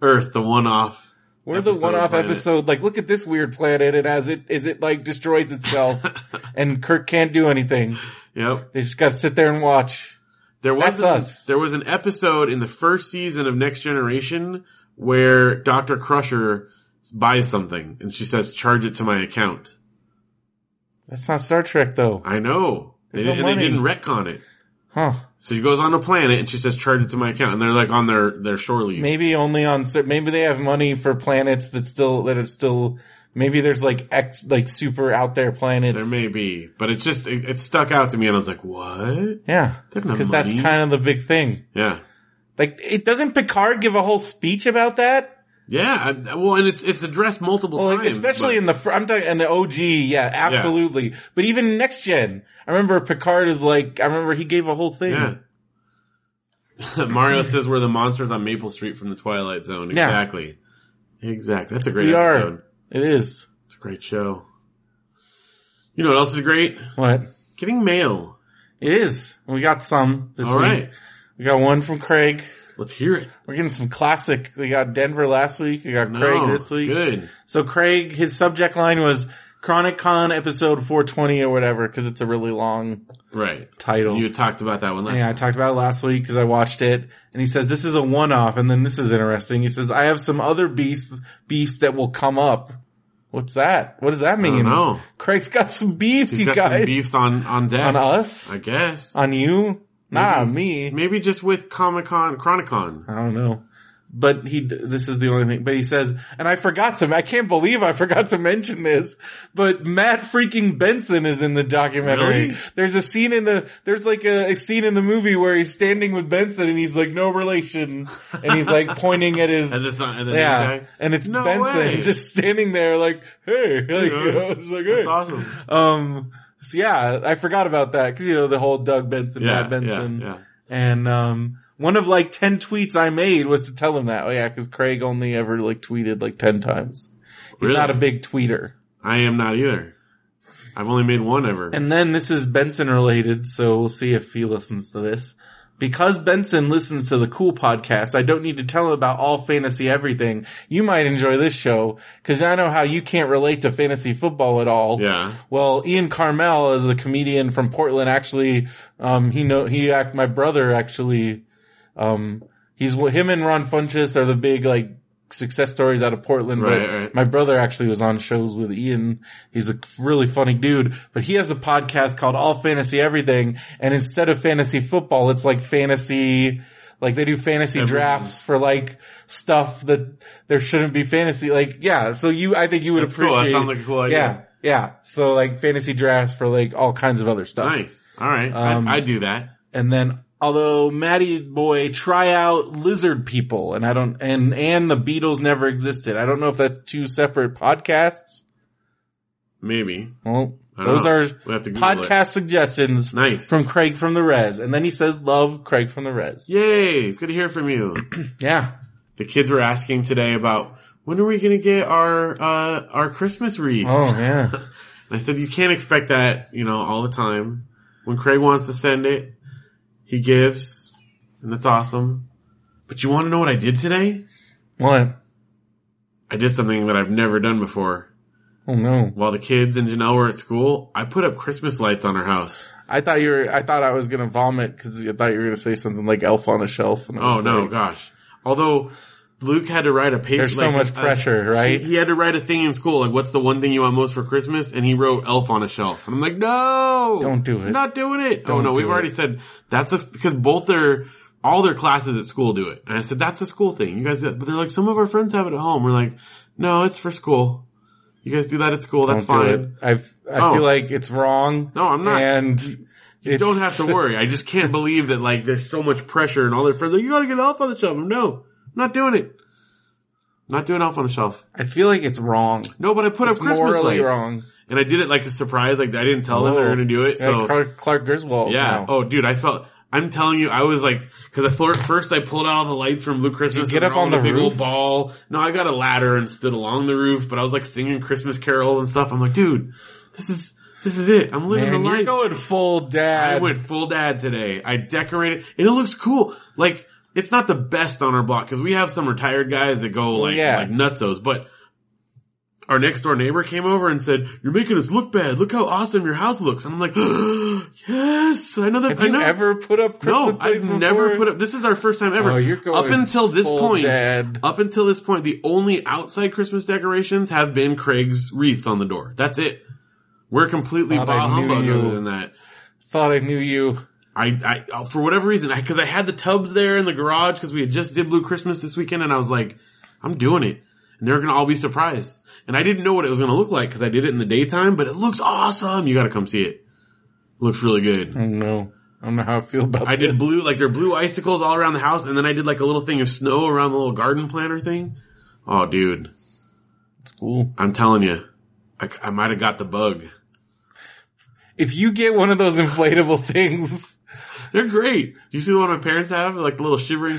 Speaker 3: Earth, the one off.
Speaker 2: We're the
Speaker 3: Episode
Speaker 2: one-off
Speaker 3: planet.
Speaker 2: episode. Like, look at this weird planet, and as it as it like destroys itself, and Kirk can't do anything.
Speaker 3: Yep.
Speaker 2: They just got to sit there and watch.
Speaker 3: There was
Speaker 2: That's
Speaker 3: an,
Speaker 2: us.
Speaker 3: there was an episode in the first season of Next Generation where Dr. Crusher buys something and she says, charge it to my account.
Speaker 2: That's not Star Trek, though,
Speaker 3: I know. They,
Speaker 2: There's no
Speaker 3: and they
Speaker 2: money.
Speaker 3: didn't retcon it.
Speaker 2: huh?
Speaker 3: So she goes on a planet and she says, charge it to my account. And they're like on their, their shore leave.
Speaker 2: Maybe only on cer- maybe they have money for planets that still that are still. Maybe there's like ex like super out there planets.
Speaker 3: There may be, but it's just, it, it stuck out to me and I was like, what?
Speaker 2: yeah,
Speaker 3: They don't have
Speaker 2: because that's
Speaker 3: money.
Speaker 2: kind of the big thing.
Speaker 3: Yeah.
Speaker 2: Like, it doesn't Picard give a whole speech about that?
Speaker 3: Yeah. I- well, and it's, it's addressed multiple
Speaker 2: Well, like,
Speaker 3: times.
Speaker 2: especially
Speaker 3: but-
Speaker 2: in the fr- I'm talking in the OG, yeah, absolutely. But even next gen, I remember Picard is like, I remember he gave a whole thing.
Speaker 3: Yeah. Mario says we're the monsters on Maple Street from the Twilight Zone.
Speaker 2: Yeah.
Speaker 3: Exactly. Exactly. That's a great
Speaker 2: we are.
Speaker 3: episode.
Speaker 2: It is
Speaker 3: It's a great show. You know what else is great?
Speaker 2: what
Speaker 3: Getting mail.
Speaker 2: it is. We got some this
Speaker 3: All
Speaker 2: week.
Speaker 3: right.
Speaker 2: We got one from Craig.
Speaker 3: Let's hear it.
Speaker 2: We're getting some classic. We got Denver last week. We got
Speaker 3: No,
Speaker 2: Craig this
Speaker 3: Oh,
Speaker 2: week.
Speaker 3: it's Good.
Speaker 2: So Craig, his subject line was Chronic Con episode 420 or whatever because it's a really long
Speaker 3: Right.
Speaker 2: title.
Speaker 3: You had talked about that one last
Speaker 2: Yeah, I talked about it last week because I watched it, and he says this is a one-off, and then this is interesting. He says I have some other beefs beefs that will come up. What's that? What does that
Speaker 3: I
Speaker 2: mean?
Speaker 3: don't know.
Speaker 2: Craig's got some beefs,
Speaker 3: He's
Speaker 2: you
Speaker 3: got
Speaker 2: guys,
Speaker 3: some beefs on, on deck.
Speaker 2: on us,
Speaker 3: I Mm-hmm. guess.
Speaker 2: on you, nah, me.
Speaker 3: Maybe just with Comic Con, Chronicon.
Speaker 2: I don't know. But he, this is the only thing, but he says, and I forgot to, I can't believe I forgot to mention this, but Matt freaking Benson is in the documentary.
Speaker 3: Really?
Speaker 2: There's a scene in the, there's like a, a scene in the movie where he's standing with Benson and he's like, no relation. And he's like pointing at his,
Speaker 3: And it's not, and then
Speaker 2: yeah.
Speaker 3: the guy-
Speaker 2: And it's
Speaker 3: No
Speaker 2: Benson
Speaker 3: way.
Speaker 2: just standing there like, hey, like, you know, it's like, hey.
Speaker 3: That's awesome.
Speaker 2: Um, so yeah, I forgot about that because you know the whole Doug Benson,
Speaker 3: Yeah,
Speaker 2: Matt Benson,
Speaker 3: yeah, yeah.
Speaker 2: and um, one of like ten tweets I made was to tell him that. Oh yeah, because Craig only ever like tweeted like ten times. He's
Speaker 3: Really?
Speaker 2: not a big tweeter.
Speaker 3: I am not either. I've only made one ever.
Speaker 2: And then this is Benson related, so we'll see if he listens to this. Because Benson listens to the cool podcast, I don't need to tell him about all fantasy everything. You might enjoy this show, cause I know how you can't relate to fantasy football at all.
Speaker 3: yeah.
Speaker 2: Well, Ian Carmel is a comedian from Portland. Actually, um, he know he act my brother actually. Um, he's him and Ron Funches are the big like success stories out of Portland. but
Speaker 3: Right, right.
Speaker 2: My brother actually was on shows with Ian. He's a really funny dude, but he has a podcast called All Fantasy Everything. And instead of fantasy football, it's like fantasy. Like they do fantasy
Speaker 3: Everything.
Speaker 2: drafts for like stuff that there shouldn't be fantasy. Like, yeah. So you, I think you would
Speaker 3: That's cool.
Speaker 2: appreciate.
Speaker 3: That sounds like a cool idea.
Speaker 2: Oh, Yeah, yeah. So like fantasy drafts for like all kinds of other stuff.
Speaker 3: Nice. All right.
Speaker 2: Um,
Speaker 3: I, I do that.
Speaker 2: And then although Matty Boy try out Lizard People and I don't and and the Beatles never existed. I don't know if that's two separate podcasts.
Speaker 3: Maybe.
Speaker 2: Well,
Speaker 3: I don't
Speaker 2: those
Speaker 3: know.
Speaker 2: are
Speaker 3: We have to Google it.
Speaker 2: podcast suggestions
Speaker 3: Nice.
Speaker 2: from Craig from the Res. And then he says love Craig from the Res.
Speaker 3: Yay. It's good to hear from you.
Speaker 2: Yeah.
Speaker 3: the kids were asking today about when are we going to get our, uh, our Christmas wreath?
Speaker 2: Oh yeah.
Speaker 3: And I said, you can't expect that, you know, all the time. When Craig wants to send it, he gives and that's awesome. But you want to know what I did today?
Speaker 2: what?
Speaker 3: I did something that I've never done before.
Speaker 2: Oh no.
Speaker 3: While the kids and Janelle were at school, I put up Christmas lights on our house.
Speaker 2: I thought you were I thought I was gonna vomit because I thought you were gonna say something like elf on a shelf and I
Speaker 3: Oh
Speaker 2: was
Speaker 3: no,
Speaker 2: like,
Speaker 3: gosh. Although Luke had to write a paper.
Speaker 2: There's so
Speaker 3: like,
Speaker 2: much
Speaker 3: a-
Speaker 2: pressure, right?
Speaker 3: He had to write a thing in school, like what's the one thing you want most for Christmas? And he wrote elf on a shelf. And I'm like, no!
Speaker 2: Don't do it.
Speaker 3: Not doing it. oh
Speaker 2: Don't
Speaker 3: no,
Speaker 2: do
Speaker 3: we've already
Speaker 2: it.
Speaker 3: said that's a, because both their, all their classes at school do it. And I said, that's a school thing. You guys, do that." but they're like, some of our friends have it at home. We're like, no, it's for school. You guys do that at school. That's
Speaker 2: Don't do
Speaker 3: fine.
Speaker 2: it. I've, I
Speaker 3: Oh.
Speaker 2: feel like it's wrong.
Speaker 3: No, I'm not.
Speaker 2: And
Speaker 3: You don't have to worry. I just can't believe that like there's so much pressure and all their friends are like, you gotta get elf on the shelf. I'm, No, I'm not doing it. I'm not doing elf on the shelf.
Speaker 2: I feel like it's wrong.
Speaker 3: No, but I put
Speaker 2: It's
Speaker 3: up Christmas
Speaker 2: morally
Speaker 3: lights.
Speaker 2: wrong.
Speaker 3: And I did it like a surprise. Like I didn't tell them they were
Speaker 2: Oh.
Speaker 3: gonna do it.
Speaker 2: Yeah,
Speaker 3: So
Speaker 2: Clark, Clark Griswold.
Speaker 3: yeah.
Speaker 2: now.
Speaker 3: Oh dude, I felt I'm telling you, I was like, because I fir- first I pulled out all the lights from Blue Christmas.
Speaker 2: Did you get
Speaker 3: and
Speaker 2: up
Speaker 3: they're all
Speaker 2: on
Speaker 3: in a
Speaker 2: the
Speaker 3: big
Speaker 2: roof?
Speaker 3: old ball. No, I got a ladder and stood along the roof, but I was like singing Christmas carols and stuff. I'm like, dude, this is this is it. I'm living
Speaker 2: Man,
Speaker 3: the
Speaker 2: you're
Speaker 3: life.
Speaker 2: going full dad.
Speaker 3: I went full dad today. I decorated, and it looks cool. Like it's not the best on our block because we have some retired guys that go like
Speaker 2: yeah.
Speaker 3: like nutsos, but. Our next door neighbor came over and said, "You're making us look bad. Look how awesome your house looks." And I'm like, "Yes, I know that.
Speaker 2: Have
Speaker 3: I
Speaker 2: you
Speaker 3: know.
Speaker 2: ever put up Christmas
Speaker 3: no, I've never put up. This is our first time ever.
Speaker 2: Oh, you're going
Speaker 3: up until this
Speaker 2: full
Speaker 3: point.
Speaker 2: dad.
Speaker 3: Up until this point, the only outside Christmas decorations have been Craig's wreaths on the door. That's it. We're completely
Speaker 2: Thought I
Speaker 3: bah
Speaker 2: knew
Speaker 3: humbug
Speaker 2: you.
Speaker 3: other than that.
Speaker 2: Thought I knew you.
Speaker 3: I, I for whatever reason, because I, had the tubs there in the garage because we had just did Blue Christmas this weekend, and I was like, I'm doing it, and they're gonna all be surprised. And I didn't know what it was gonna look like because I did it in the daytime, but it looks awesome. You gotta come see it. Looks really good.
Speaker 2: I don't know. I don't know how I feel about.
Speaker 3: I did
Speaker 2: this.
Speaker 3: blue, like there are blue icicles all around the house, and then I did like a little thing of snow around the little garden planter thing. Oh, dude,
Speaker 2: It's cool.
Speaker 3: I'm telling you, I, I might have got the bug.
Speaker 2: If you get one of those inflatable things,
Speaker 3: They're great. You see the one my parents have, like the little shivering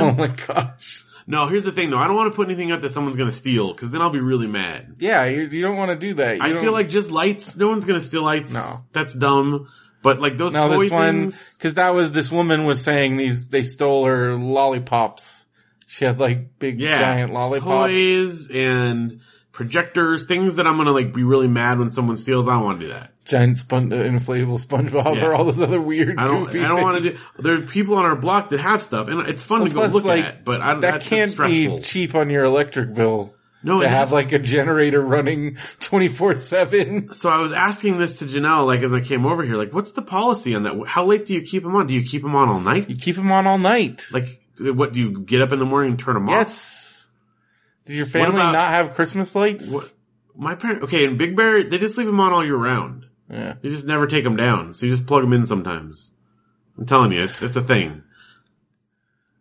Speaker 2: oh my gosh.
Speaker 3: No, here's the thing though. I don't want to put anything out that someone's going to steal because then I'll be really mad.
Speaker 2: Yeah, you, you don't want to do that. You
Speaker 3: I
Speaker 2: don't-
Speaker 3: feel like just lights. No one's going to steal lights.
Speaker 2: No.
Speaker 3: that's dumb. But like those
Speaker 2: no,
Speaker 3: toy
Speaker 2: this one
Speaker 3: things.
Speaker 2: because that was this woman was saying these they stole her lollipops. She had like big
Speaker 3: Yeah,
Speaker 2: giant lollipops.
Speaker 3: toys and projectors, things that I'm going to like be really mad when someone steals. I don't want to do that.
Speaker 2: giant spon- uh, inflatable SpongeBob
Speaker 3: Yeah.
Speaker 2: or all those other weird.
Speaker 3: I don't.
Speaker 2: goofy
Speaker 3: I don't
Speaker 2: things.
Speaker 3: want to do. There are people on our block that have stuff, and it's fun
Speaker 2: Well,
Speaker 3: to go
Speaker 2: plus,
Speaker 3: look
Speaker 2: like,
Speaker 3: at. But I don't.
Speaker 2: That
Speaker 3: that's
Speaker 2: can't
Speaker 3: stressful.
Speaker 2: be cheap on your electric bill
Speaker 3: no,
Speaker 2: to
Speaker 3: it
Speaker 2: have
Speaker 3: is.
Speaker 2: like a generator running twenty four seven.
Speaker 3: so I was asking this to Janelle, like as I came over here, like, what's the policy on that? How late do you keep them on? Do you keep them on all night?
Speaker 2: You keep them on all night.
Speaker 3: Like, what do you get up in the morning and turn them off?
Speaker 2: Yes. Does your family
Speaker 3: about-
Speaker 2: not have Christmas lights?
Speaker 3: What, my parent, okay, in Big Bear, they just leave them on all year round.
Speaker 2: Yeah.
Speaker 3: They just never take them down. So you just plug them in sometimes. I'm telling you, it's, it's a thing.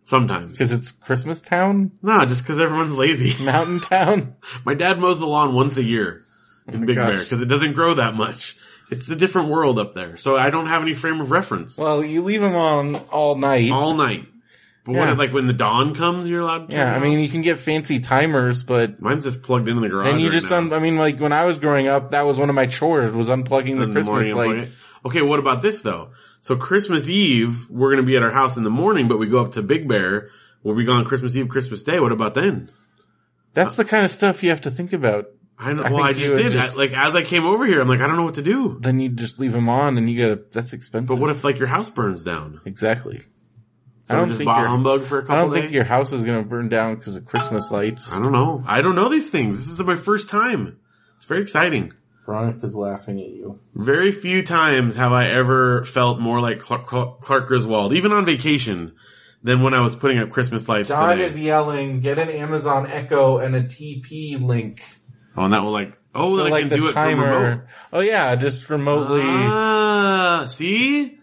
Speaker 3: Sometimes.
Speaker 2: Because it's Christmas town,
Speaker 3: No, just cause everyone's lazy.
Speaker 2: mountain town.
Speaker 3: My dad mows the lawn once a year in
Speaker 2: Oh my
Speaker 3: Big Bear
Speaker 2: gosh.
Speaker 3: cause it doesn't grow that much. It's a different world up there. So I don't have any frame of reference.
Speaker 2: Well, you leave them on all night.
Speaker 3: all night. But what
Speaker 2: Yeah.
Speaker 3: like when the dawn comes, you're allowed to turn
Speaker 2: yeah, I
Speaker 3: it
Speaker 2: mean,
Speaker 3: off?
Speaker 2: you can get fancy timers, but
Speaker 3: Mine's just plugged into the garage.
Speaker 2: then you
Speaker 3: right
Speaker 2: just,
Speaker 3: now.
Speaker 2: un- I mean, like when I was growing up, that was one of my chores was unplugging the
Speaker 3: in the
Speaker 2: Christmas
Speaker 3: morning, I'm
Speaker 2: lights.
Speaker 3: like, Okay, what about this though? So Christmas Eve, we're gonna be at our house in the morning, but we go up to Big Bear. We'll be gone Christmas Eve, Christmas Day. What about then?
Speaker 2: That's the kind of stuff you have to think about.
Speaker 3: I know.
Speaker 2: I
Speaker 3: well, I
Speaker 2: think you
Speaker 3: just
Speaker 2: would
Speaker 3: did.
Speaker 2: just-
Speaker 3: I, like as I came over here, I'm like, I don't know what to do.
Speaker 2: Then you just leave them on, and you gotta. That's expensive.
Speaker 3: But what if like your house burns down?
Speaker 2: exactly?
Speaker 3: So
Speaker 2: I
Speaker 3: we
Speaker 2: don't
Speaker 3: just
Speaker 2: think
Speaker 3: bah
Speaker 2: your-
Speaker 3: humbug for a couple
Speaker 2: I don't think
Speaker 3: days?
Speaker 2: your house is gonna burn down because of Christmas lights.
Speaker 3: I don't know. I don't know these things. This is my first time. It's very exciting.
Speaker 2: Veronica's laughing at you.
Speaker 3: Very few times have I ever felt more like Clark, Clark Clark Griswold, even on vacation, than when I was putting up Christmas lights.
Speaker 2: John
Speaker 3: today.
Speaker 2: is yelling, get an Amazon Echo and a TP link.
Speaker 3: Oh, and that will like, oh,
Speaker 2: So,
Speaker 3: then I can do it from remote.
Speaker 2: Oh yeah, just remotely.
Speaker 3: Ah, see?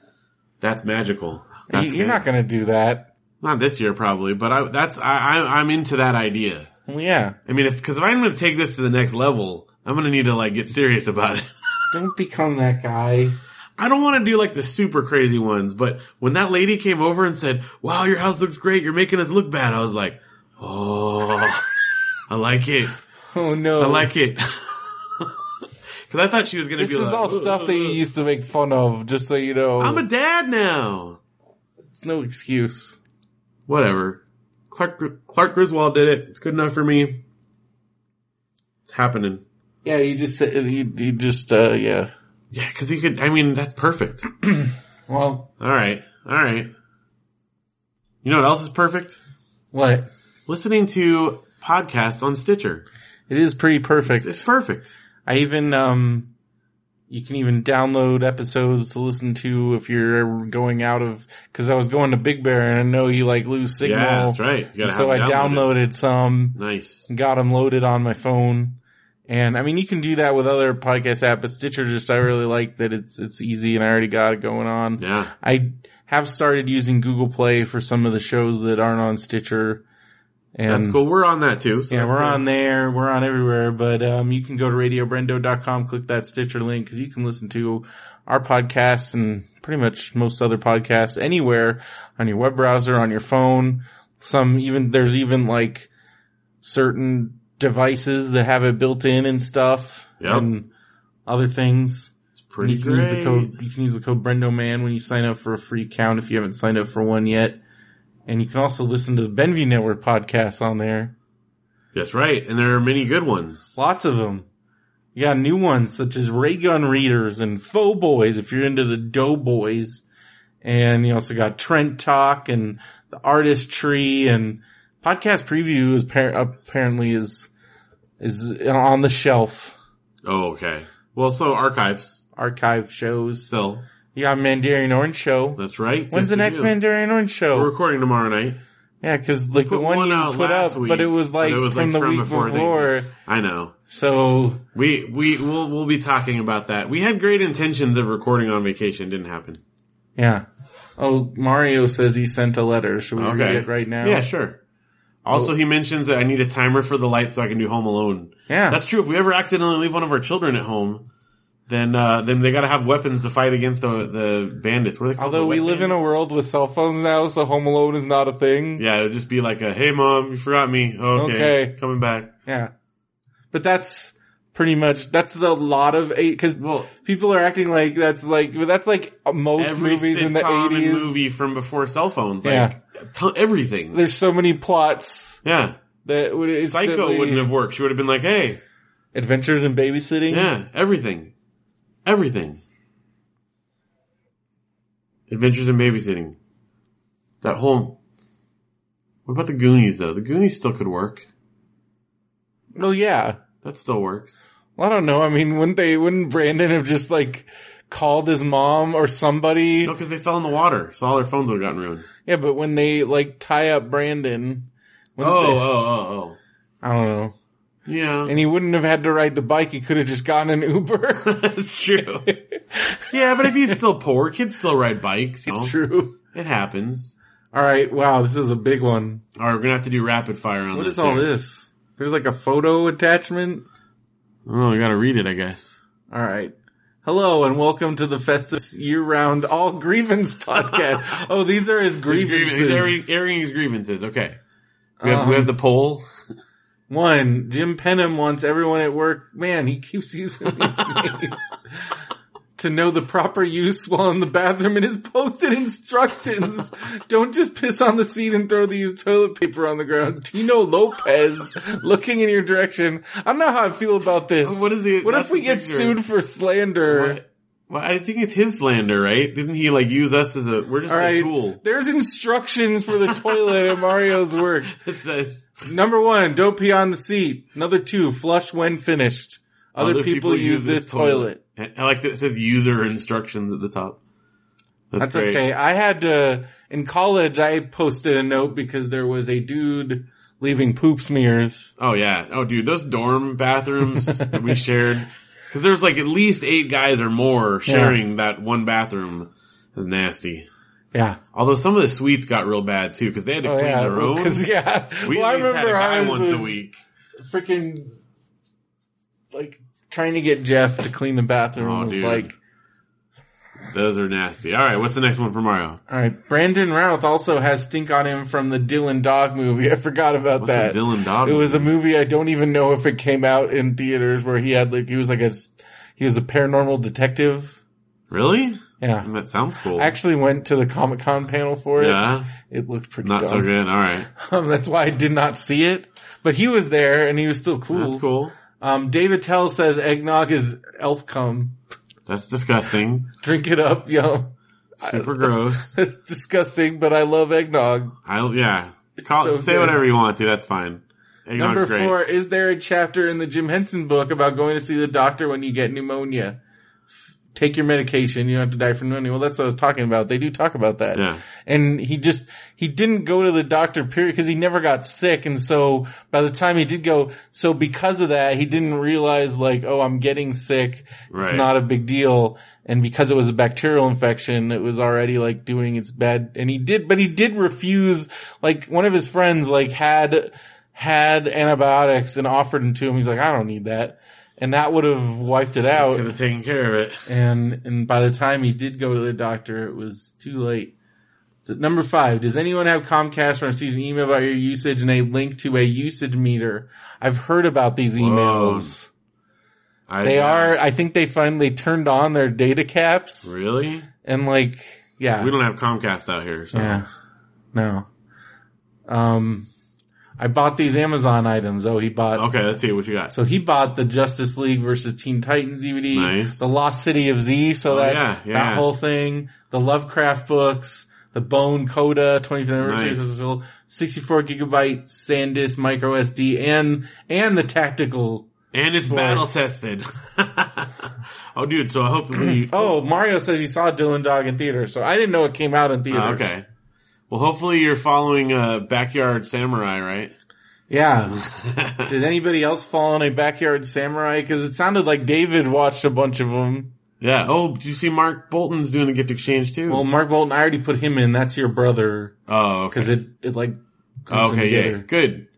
Speaker 3: That's magical. That's
Speaker 2: you, are
Speaker 3: good.
Speaker 2: not gonna do that.
Speaker 3: Not this year probably, but I, that's, I, I, I'm into that idea.
Speaker 2: Well, yeah.
Speaker 3: I mean, if, cause if I'm gonna take this to the next level, I'm gonna need to like get serious about it.
Speaker 2: Don't become that guy.
Speaker 3: I don't want to do like the super crazy ones, but when that lady came over and said, wow, your house looks great. You're making us look bad. I was like, oh, I like it.
Speaker 2: Oh no.
Speaker 3: I like it. Cause I thought she was gonna
Speaker 2: this
Speaker 3: be
Speaker 2: is
Speaker 3: like,
Speaker 2: all stuff that you used to make fun of, just so you know.
Speaker 3: I'm a dad now.
Speaker 2: it's no excuse.
Speaker 3: whatever. Clark Gr- Clark Griswold did it. It's good enough for me. It's happening.
Speaker 2: Yeah, you just you, you just uh yeah.
Speaker 3: Yeah, because he could. I mean, that's perfect.
Speaker 2: Well,
Speaker 3: All right, all right. You know what else is perfect?
Speaker 2: what?
Speaker 3: Listening to podcasts on Stitcher.
Speaker 2: It is pretty perfect.
Speaker 3: It's perfect.
Speaker 2: I even um you can even download episodes to listen to if you're going out of cuz I was going to Big Bear and I know you like lose signal.
Speaker 3: Yeah, that's right. You gotta
Speaker 2: So I
Speaker 3: have it downloaded.
Speaker 2: downloaded some
Speaker 3: Nice.
Speaker 2: and got them loaded on my phone. And I mean you can do that with other podcast apps, but Stitcher just I really like that it's it's easy and I already got it going on.
Speaker 3: Yeah.
Speaker 2: I have started using Google Play for some of the shows that aren't on Stitcher. And
Speaker 3: That's cool. We're on that too. So
Speaker 2: yeah,
Speaker 3: that's
Speaker 2: we're
Speaker 3: cool.
Speaker 2: on there. We're on everywhere. But um, you can go to radiobrendo.com, click that Stitcher link because you can listen to our podcasts and pretty much most other podcasts anywhere on your web browser, on your phone. Some even, there's even like certain devices that have it built in and stuff
Speaker 3: Yep.
Speaker 2: and other things.
Speaker 3: It's pretty
Speaker 2: you can
Speaker 3: great.
Speaker 2: use the code you can use the code BrendoMan when you sign up for a free account if you haven't signed up for one yet. And you can also listen to the Benview Network podcast on there.
Speaker 3: That's right. And there are many good ones.
Speaker 2: Lots of them. You got new ones such as Ray Gun Readers and Faux Boys if you're into the Doughboys. And you also got Trent Talk and the Artist Tree and Podcast Preview is par- apparently is is on the shelf.
Speaker 3: Oh, okay. Well, so archives
Speaker 2: Archive shows.
Speaker 3: still.
Speaker 2: You got Mandarin Orange show.
Speaker 3: That's right.
Speaker 2: When's
Speaker 3: Yes,
Speaker 2: the
Speaker 3: we
Speaker 2: next
Speaker 3: do.
Speaker 2: Mandarin Orange show?
Speaker 3: We're recording tomorrow night.
Speaker 2: Yeah, because like the
Speaker 3: Put
Speaker 2: one,
Speaker 3: one
Speaker 2: you
Speaker 3: out
Speaker 2: put
Speaker 3: last
Speaker 2: up, but it
Speaker 3: week,
Speaker 2: was like
Speaker 3: but it was, like,
Speaker 2: from the
Speaker 3: from
Speaker 2: week
Speaker 3: before
Speaker 2: before.
Speaker 3: the- I know.
Speaker 2: So
Speaker 3: We we we'll we'll be talking about that. We had great intentions of recording on vacation. Didn't happen.
Speaker 2: yeah. Oh, Mario says he sent a letter. Should we read it right now?
Speaker 3: Yeah, sure. Also, he mentions that I need a timer for the light so I can do Home Alone.
Speaker 2: Yeah.
Speaker 3: That's true. If we ever accidentally leave one of our children at home, then uh, then they got to have weapons to fight against the the bandits. What are they called?
Speaker 2: Although
Speaker 3: The
Speaker 2: we
Speaker 3: wet
Speaker 2: live in a
Speaker 3: bandits?
Speaker 2: world with cell phones now, so Home Alone is not a thing.
Speaker 3: yeah, it'll just be like a hey mom, you forgot me. Okay,
Speaker 2: Okay.
Speaker 3: coming back.
Speaker 2: Yeah. But that's pretty much that's the lot of eight because
Speaker 3: Well,
Speaker 2: people are acting like that's like that's like most
Speaker 3: every
Speaker 2: movies in the
Speaker 3: sitcom and
Speaker 2: eighties.
Speaker 3: movie from before cell phones,
Speaker 2: Yeah.
Speaker 3: like t- everything.
Speaker 2: There's so many plots
Speaker 3: yeah,
Speaker 2: that would instantly-
Speaker 3: Psycho wouldn't have worked. She would have been like, hey,
Speaker 2: Adventures in Babysitting.
Speaker 3: Yeah, everything. Everything. Adventures in Babysitting. That whole. What about the Goonies though? The Goonies still could work.
Speaker 2: Well, yeah.
Speaker 3: That still works.
Speaker 2: Well, I don't know. I mean, wouldn't they, wouldn't Brandon have just like called his mom or somebody?
Speaker 3: No, because they fell in the water, so all their phones would have gotten ruined.
Speaker 2: Yeah, but when they like tie up Brandon,
Speaker 3: Oh,
Speaker 2: wouldn't
Speaker 3: oh,
Speaker 2: they-
Speaker 3: oh, oh.
Speaker 2: I don't know.
Speaker 3: Yeah,
Speaker 2: And he wouldn't have had to ride the bike. He could have just gotten an Uber.
Speaker 3: that's true. yeah, but if he's still poor, kids still ride bikes. you know?
Speaker 2: it's true.
Speaker 3: It happens.
Speaker 2: All right. Wow. This is a big one.
Speaker 3: All right, we're gonna have to do rapid fire on
Speaker 2: What
Speaker 3: this.
Speaker 2: is all
Speaker 3: here.
Speaker 2: this? There's like a photo attachment.
Speaker 3: Oh, I gotta read it, I guess.
Speaker 2: All right. Hello and welcome to the Festus year-round all grievance podcast. oh, these are his
Speaker 3: His
Speaker 2: grievances.
Speaker 3: griev- airing- airing his grievances. Okay. We have, we have the
Speaker 2: Um,
Speaker 3: poll.
Speaker 2: One, Jim Penham wants everyone at work, man, he keeps using these names, to know the proper use while in the bathroom and his posted instructions. Don't just piss on the seat and throw the used toilet paper on the ground. Tino Lopez looking in your direction. I don't know how I feel about this.
Speaker 3: What is the-
Speaker 2: What
Speaker 3: that's
Speaker 2: if we
Speaker 3: the
Speaker 2: get
Speaker 3: picture.
Speaker 2: sued for slander?
Speaker 3: What? Well, I think it's his slander, right? Didn't he like use us as a we're just
Speaker 2: All
Speaker 3: a
Speaker 2: right.
Speaker 3: tool?
Speaker 2: There's instructions for the toilet at Mario's work.
Speaker 3: It says
Speaker 2: Number one, don't pee on the seat. Number two, flush when finished. Other, people, use this toilet.
Speaker 3: And I like that it says user instructions at the top.
Speaker 2: That's
Speaker 3: That's, great.
Speaker 2: okay. I had to, in college, I posted a note because there was a dude leaving poop smears.
Speaker 3: Oh yeah. Oh dude, those dorm bathrooms that we shared. Cause there's like at least eight guys or more sharing that one bathroom is nasty.
Speaker 2: Yeah.
Speaker 3: Although some of the suites got real bad too, cause they had to
Speaker 2: Oh
Speaker 3: clean
Speaker 2: yeah.
Speaker 3: their own.
Speaker 2: Cause yeah.
Speaker 3: We
Speaker 2: well, I
Speaker 3: at least had a
Speaker 2: remember
Speaker 3: guy
Speaker 2: I was
Speaker 3: once a
Speaker 2: uh,
Speaker 3: week.
Speaker 2: freaking, like, trying to get Jeff to clean the bathroom
Speaker 3: Oh,
Speaker 2: was
Speaker 3: dude.
Speaker 2: like,
Speaker 3: Those are nasty. All right, what's the next one for Mario?
Speaker 2: alright, Brandon Routh also has stink on him from the Dylan Dog movie. I forgot about
Speaker 3: What's
Speaker 2: that.
Speaker 3: the Dylan Dodd?
Speaker 2: It was a movie I don't even know if it came out in theaters where he had like he was like a s- he was a paranormal detective.
Speaker 3: really?
Speaker 2: Yeah.
Speaker 3: That sounds cool.
Speaker 2: I actually went to the Comic Con panel for it.
Speaker 3: yeah,
Speaker 2: It looked pretty
Speaker 3: not
Speaker 2: dumb.
Speaker 3: so good. All right,
Speaker 2: Um, that's why I did not see it. But he was there and he was still cool.
Speaker 3: that's cool.
Speaker 2: Um David Tell says eggnog is elf cum.
Speaker 3: That's disgusting.
Speaker 2: Drink it up, yo.
Speaker 3: Super gross.
Speaker 2: That's disgusting, but I love eggnog.
Speaker 3: I yeah. Call,
Speaker 2: so
Speaker 3: say
Speaker 2: good.
Speaker 3: whatever you want to. That's fine. Eggnog's
Speaker 2: Number
Speaker 3: great.
Speaker 2: four, is there a chapter in the Jim Henson book about going to see the doctor when you get pneumonia? F- Take your medication. You don't have to die from pneumonia. Well, that's what I was talking about. They do talk about that.
Speaker 3: Yeah.
Speaker 2: And he just, he didn't go to the doctor period because he never got sick. And so by the time he did go, so because of that, he didn't realize like, oh, I'm getting sick.
Speaker 3: Right.
Speaker 2: It's not a big deal. And because it was a bacterial infection, it was already like doing its bad. And he did, but he did refuse, like one of his friends like had, had antibiotics and offered them to him. He's like, I don't need that. and that would have wiped it out.
Speaker 3: Could have taken care of it.
Speaker 2: and and by the time he did go to the doctor, it was too late. So, number five, does anyone have Comcast or received an email about your usage and a link to a usage meter? I've heard about these emails.
Speaker 3: I
Speaker 2: They
Speaker 3: doubt-
Speaker 2: are, I think they finally turned on their data caps
Speaker 3: uh, really.
Speaker 2: and like, yeah.
Speaker 3: We don't have Comcast out here, so
Speaker 2: Yeah. No. Um, I bought these Amazon items. Oh, he bought.
Speaker 3: okay. Let's see what you got.
Speaker 2: So he bought the Justice League versus Teen Titans DVD,
Speaker 3: Nice. Oh,
Speaker 2: the Lost City of Z, so that
Speaker 3: yeah, yeah.
Speaker 2: that whole thing, the Lovecraft books, the Bone Coda 25th anniversary,
Speaker 3: Nice.
Speaker 2: Festival, 64 gigabyte SanDisk micro SD, and and the tactical.
Speaker 3: and it's
Speaker 2: Boy.
Speaker 3: battle tested. oh, dude. So I hope we.
Speaker 2: Oh, Mario says he saw Dylan Dog in theater, so I didn't know it came out in theater.
Speaker 3: Uh, okay. Well, hopefully you're following uh, Backyard Samurai, right?
Speaker 2: Yeah. Did anybody else fall in a backyard samurai? Because it sounded like David watched a bunch of them.
Speaker 3: yeah. Oh, do you see Mark Bolton's doing a gift exchange too?
Speaker 2: Well, Mark Bolton, I already put him in. That's your brother
Speaker 3: oh, okay. Oh,
Speaker 2: because it it like comes
Speaker 3: okay, yeah,
Speaker 2: together.
Speaker 3: good.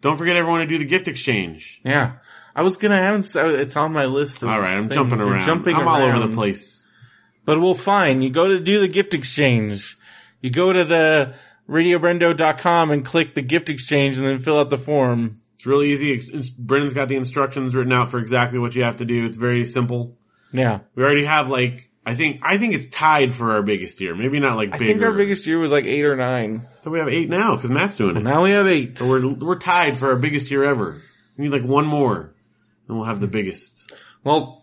Speaker 3: Don't forget everyone to do the gift exchange.
Speaker 2: Yeah, I was gonna have so it's on my list. Of
Speaker 3: All right, I'm
Speaker 2: things.
Speaker 3: jumping
Speaker 2: You're
Speaker 3: around.
Speaker 2: Jumping
Speaker 3: I'm all over
Speaker 2: around.
Speaker 3: the place.
Speaker 2: But we'll find. You go to do the gift exchange. You go to the radiobrendo.com and click the gift exchange and then fill out the form.
Speaker 3: It's really easy. It's- it's- Brendan's got the instructions written out for exactly what you have to do. It's very simple.
Speaker 2: Yeah,
Speaker 3: We already have like I think I think it's tied for our biggest year. Maybe not like
Speaker 2: I
Speaker 3: bigger.
Speaker 2: think our biggest year was like eight or nine.
Speaker 3: So we have eight now because Matt's doing it.
Speaker 2: Now we have eight.
Speaker 3: So we're we're tied for our biggest year ever. We need like one more, and we'll have the biggest.
Speaker 2: Well,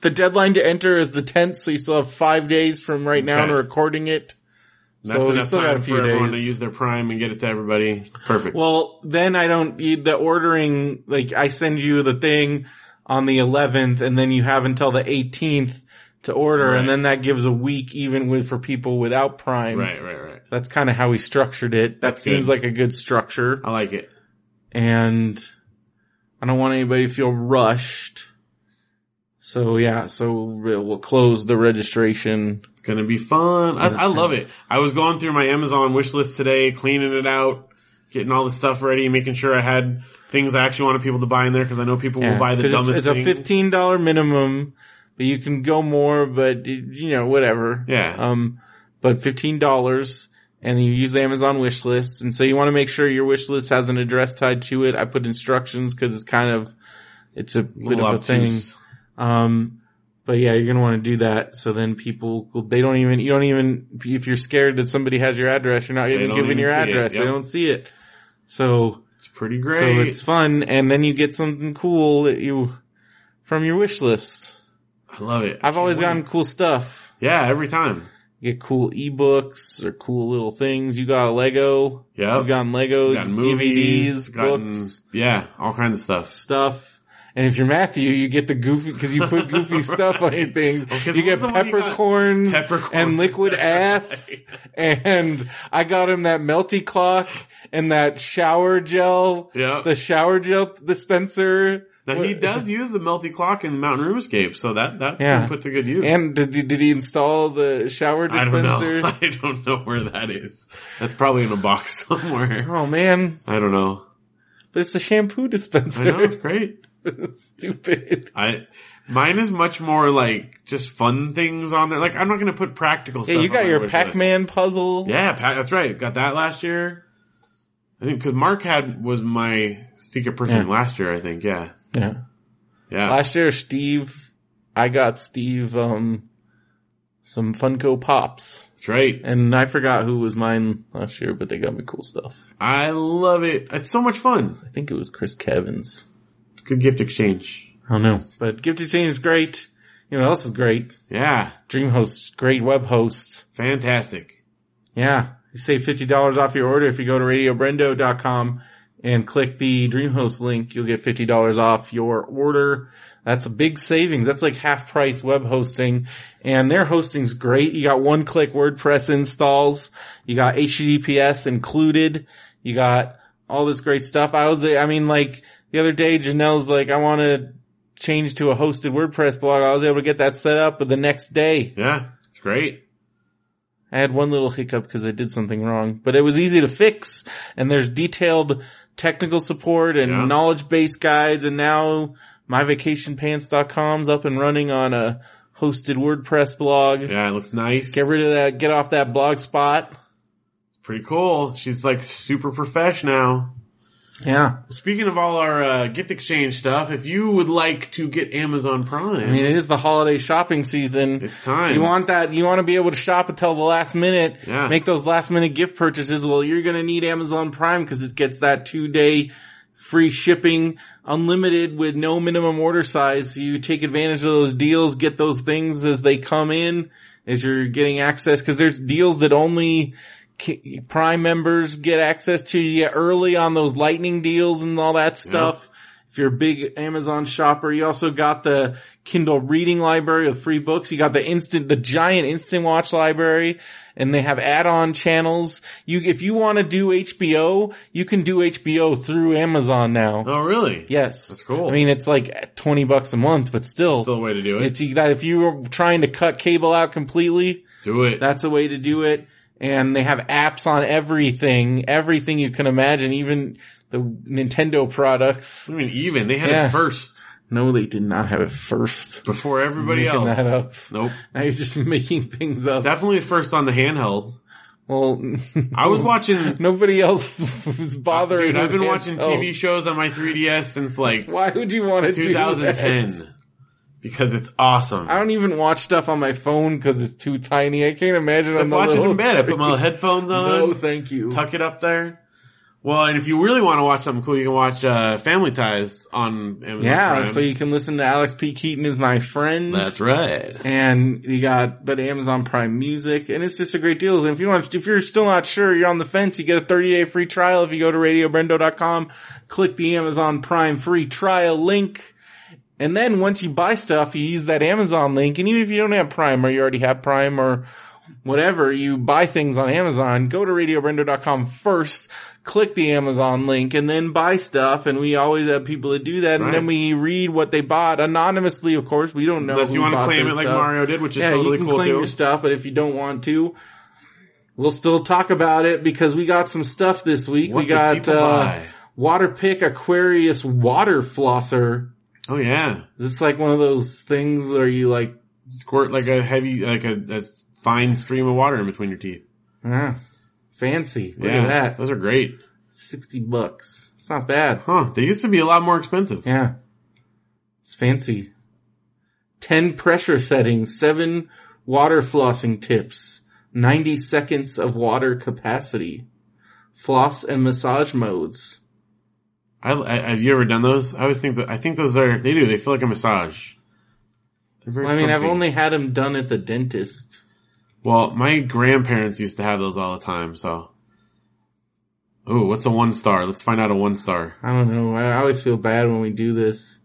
Speaker 2: the deadline to enter is the 10th, so you still have five days from right now
Speaker 3: Okay.
Speaker 2: to recording it.
Speaker 3: And
Speaker 2: So we
Speaker 3: enough
Speaker 2: still got
Speaker 3: time
Speaker 2: a few
Speaker 3: for everyone to
Speaker 2: days.
Speaker 3: use their prime and get it to everybody. Perfect.
Speaker 2: Well, then I don't, you, the ordering, like I send you the thing on the 11th and then you have until the 18th to order and
Speaker 3: Right.
Speaker 2: then that gives a week even with, for people without Prime.
Speaker 3: right, right, right.
Speaker 2: That's kind of how we structured it. That
Speaker 3: That's
Speaker 2: seems
Speaker 3: good.
Speaker 2: like a good structure
Speaker 3: I like it.
Speaker 2: and I don't want anybody to feel rushed. So yeah, so we'll we'll close the registration.
Speaker 3: It's gonna be fun. I, I love it. I was going through my Amazon wish list today, cleaning it out, getting all the stuff ready, making sure I had things I actually wanted people to buy in there because I know people will buy the
Speaker 2: 'cause
Speaker 3: dumbest
Speaker 2: it's, it's
Speaker 3: thing.
Speaker 2: a fifteen dollar minimum, but you can go more. But it- you know, whatever.
Speaker 3: Yeah.
Speaker 2: Um, but fifteen dollars, and you use Amazon wish lists, and so you want to make sure your wish list has an address tied to it. I put instructions because it's kind of it's a bit of a thing.
Speaker 3: obtuse.
Speaker 2: Um, but yeah, you're gonna want to do that. So then people will- they don't even you don't even if you're scared that somebody has your address, you're not even
Speaker 3: don't
Speaker 2: giving
Speaker 3: even
Speaker 2: your
Speaker 3: see it,
Speaker 2: address. They
Speaker 3: yep.
Speaker 2: don't see it. So
Speaker 3: It's pretty
Speaker 2: so
Speaker 3: great.
Speaker 2: it's fun, and then you get something cool that you from your wish list.
Speaker 3: I love it.
Speaker 2: I've always
Speaker 3: Can't
Speaker 2: gotten cool stuff.
Speaker 3: wait. yeah every time.
Speaker 2: You get cool ebooks or cool little things. You got a Lego.
Speaker 3: Yep.
Speaker 2: You've gotten Legos,
Speaker 3: Oh. Gotten movies,
Speaker 2: DVDs,
Speaker 3: gotten-
Speaker 2: books,
Speaker 3: yeah, all kinds of stuff.
Speaker 2: stuff. And if you're Matthew, you get the goofy because you put goofy stuff on your things.
Speaker 3: 'cause
Speaker 2: you
Speaker 3: what was
Speaker 2: get
Speaker 3: the one you got?
Speaker 2: peppercorns
Speaker 3: Peppercorn.
Speaker 2: and liquid ass. And I got him that melty clock and that shower gel.
Speaker 3: Yeah.
Speaker 2: The shower gel dispenser.
Speaker 3: Now he does use the melty clock in Mountain Room Escape, so that that's
Speaker 2: Yeah.
Speaker 3: been put to good use.
Speaker 2: And did, he- did he install the shower
Speaker 3: I don't
Speaker 2: dispenser?
Speaker 3: know. I don't know where that is. That's probably in a box somewhere.
Speaker 2: Oh man,
Speaker 3: I don't know.
Speaker 2: but it's a shampoo dispenser.
Speaker 3: I know it's great.
Speaker 2: Stupid.
Speaker 3: I mine is much more like just fun things on there. Like I'm not gonna put practical
Speaker 2: Yeah,
Speaker 3: stuff.
Speaker 2: you
Speaker 3: on
Speaker 2: got
Speaker 3: my
Speaker 2: your
Speaker 3: wish list.
Speaker 2: Pac-Man puzzle.
Speaker 3: Yeah, Pac- that's right. Got that last year. I think because Mark had was my secret person
Speaker 2: Yeah.
Speaker 3: last year. I think. Yeah.
Speaker 2: Yeah.
Speaker 3: Yeah.
Speaker 2: Last year, Steve, I got Steve um some Funko Pops,
Speaker 3: that's right.
Speaker 2: and I forgot who was mine last year, but they got me cool stuff.
Speaker 3: I love it. It's so much fun.
Speaker 2: I think it was Chris Kevins.
Speaker 3: It's a good gift exchange.
Speaker 2: I don't know, but Gift Exchange is great. You know, what else is great.
Speaker 3: Yeah.
Speaker 2: Dream hosts, great web hosts.
Speaker 3: Fantastic.
Speaker 2: Yeah. You save $50 off your order if you go to radiobrendo.com and click the DreamHost link. You'll get $50 off your order. That's a big savings. That's like half price web hosting and their hosting's great. You got one click WordPress installs. You got HTTPS included. You got all this great stuff. I was, I mean, like the other day, Janelle's like, I want to change to a hosted WordPress blog. I was able to get that set up, but the next day
Speaker 3: Yeah. It's great.
Speaker 2: I had one little hiccup because I did something wrong, but it was easy to fix. And there's detailed technical support and
Speaker 3: Yeah.
Speaker 2: knowledge base guides. And now MyVacationPants.com's up and running on a hosted WordPress blog.
Speaker 3: Yeah, it looks nice.
Speaker 2: Get rid of that. Get off that blog spot.
Speaker 3: Pretty cool. She's like super profesh now.
Speaker 2: Yeah.
Speaker 3: Speaking of all our uh, gift exchange stuff, if you would like to get Amazon Prime,
Speaker 2: I mean, it is the holiday shopping season.
Speaker 3: it's time.
Speaker 2: You want that? You want to be able to shop until the last minute.
Speaker 3: Yeah.
Speaker 2: Make those last minute gift purchases. Well, you're going to need Amazon Prime because it gets that two day free shipping, unlimited with no minimum order size. You take advantage of those deals, get those things as they come in, as you're getting access. Because there's deals that only ca- Prime members get access to. You get early on those lightning deals and all that stuff. If you're a big Amazon shopper, you also got the Kindle reading library with free books. You got the instant, the giant instant watch library and they have add-on channels. You, if you want to do HBO, you can do HBO through Amazon now.
Speaker 3: oh, really?
Speaker 2: Yes.
Speaker 3: That's cool.
Speaker 2: I mean, it's like 20 bucks a month, but still,
Speaker 3: Still a way to do it.
Speaker 2: it's that if you were trying to cut cable out completely,
Speaker 3: do it.
Speaker 2: that's a way to do it. And they have apps on everything, everything you can imagine, even the Nintendo products.
Speaker 3: I mean, even they had
Speaker 2: Yeah.
Speaker 3: it first
Speaker 2: No, they did not have it first.
Speaker 3: before everybody
Speaker 2: Making
Speaker 3: else.
Speaker 2: that up.
Speaker 3: Nope.
Speaker 2: Now you're just making things up.
Speaker 3: Definitely first on the handheld.
Speaker 2: well,
Speaker 3: I was watching.
Speaker 2: nobody else was bothering.
Speaker 3: Dude, I've been
Speaker 2: with
Speaker 3: watching
Speaker 2: handheld.
Speaker 3: TV shows on my 3DS since like
Speaker 2: Why would you want to do that?
Speaker 3: 2010 because it's awesome.
Speaker 2: I don't even watch stuff on my phone because it's too tiny. I can't imagine on
Speaker 3: I
Speaker 2: the
Speaker 3: watch it
Speaker 2: little
Speaker 3: in bed. I put my headphones on,
Speaker 2: No, thank you.
Speaker 3: tuck it up there. Well, and if you really want to watch something cool, you can watch uh, Family Ties on Amazon
Speaker 2: yeah,
Speaker 3: Prime.
Speaker 2: so you can listen to Alex P. Keaton is my friend.
Speaker 3: That's right.
Speaker 2: and you got but Amazon Prime Music, and it's just a great deal. And if you want, if you're still not sure, you're on the fence, you get a 30 day free trial if you go to RadioBrendo.com, click the Amazon Prime free trial link, and then once you buy stuff, you use that Amazon link, and even if you don't have Prime or you already have Prime or whatever, you buy things on Amazon, go to RadioBrendo.com first, click the Amazon link, and then buy stuff, and we always have people that do that, and
Speaker 3: Right.
Speaker 2: then we read what they bought, anonymously, of course, we don't know
Speaker 3: Unless you
Speaker 2: who
Speaker 3: want to
Speaker 2: bought
Speaker 3: claim
Speaker 2: this
Speaker 3: it like
Speaker 2: stuff.
Speaker 3: Mario did, which is
Speaker 2: yeah,
Speaker 3: totally
Speaker 2: you can
Speaker 3: cool
Speaker 2: claim
Speaker 3: too.
Speaker 2: your stuff, but if you don't want to, we'll still talk about it because we got some stuff this week.
Speaker 3: What
Speaker 2: we
Speaker 3: did
Speaker 2: got
Speaker 3: people
Speaker 2: uh,
Speaker 3: buy?
Speaker 2: Water Pick Aquarius Water Flosser.
Speaker 3: Oh yeah,
Speaker 2: Is this like one of those things where you like,
Speaker 3: squirt like a heavy, like a, a fine stream of water in between your teeth.
Speaker 2: ah, fancy? Look
Speaker 3: yeah,
Speaker 2: at that,
Speaker 3: those are great,
Speaker 2: sixty bucks. It's not bad.
Speaker 3: huh? They used to be a lot more expensive.
Speaker 2: Yeah, it's fancy. Ten pressure settings, seven water flossing tips, ninety seconds of water capacity, floss and massage modes.
Speaker 3: I, I, have you ever done those? I always think that I think those are they do. They feel like a massage. They're very
Speaker 2: Well, I mean, I've
Speaker 3: comfy.
Speaker 2: only had them done at the dentist.
Speaker 3: Well, my grandparents used to have those all the time, so. Ooh, what's a one star? Let's find out a one star.
Speaker 2: I don't know. I always feel bad when we do this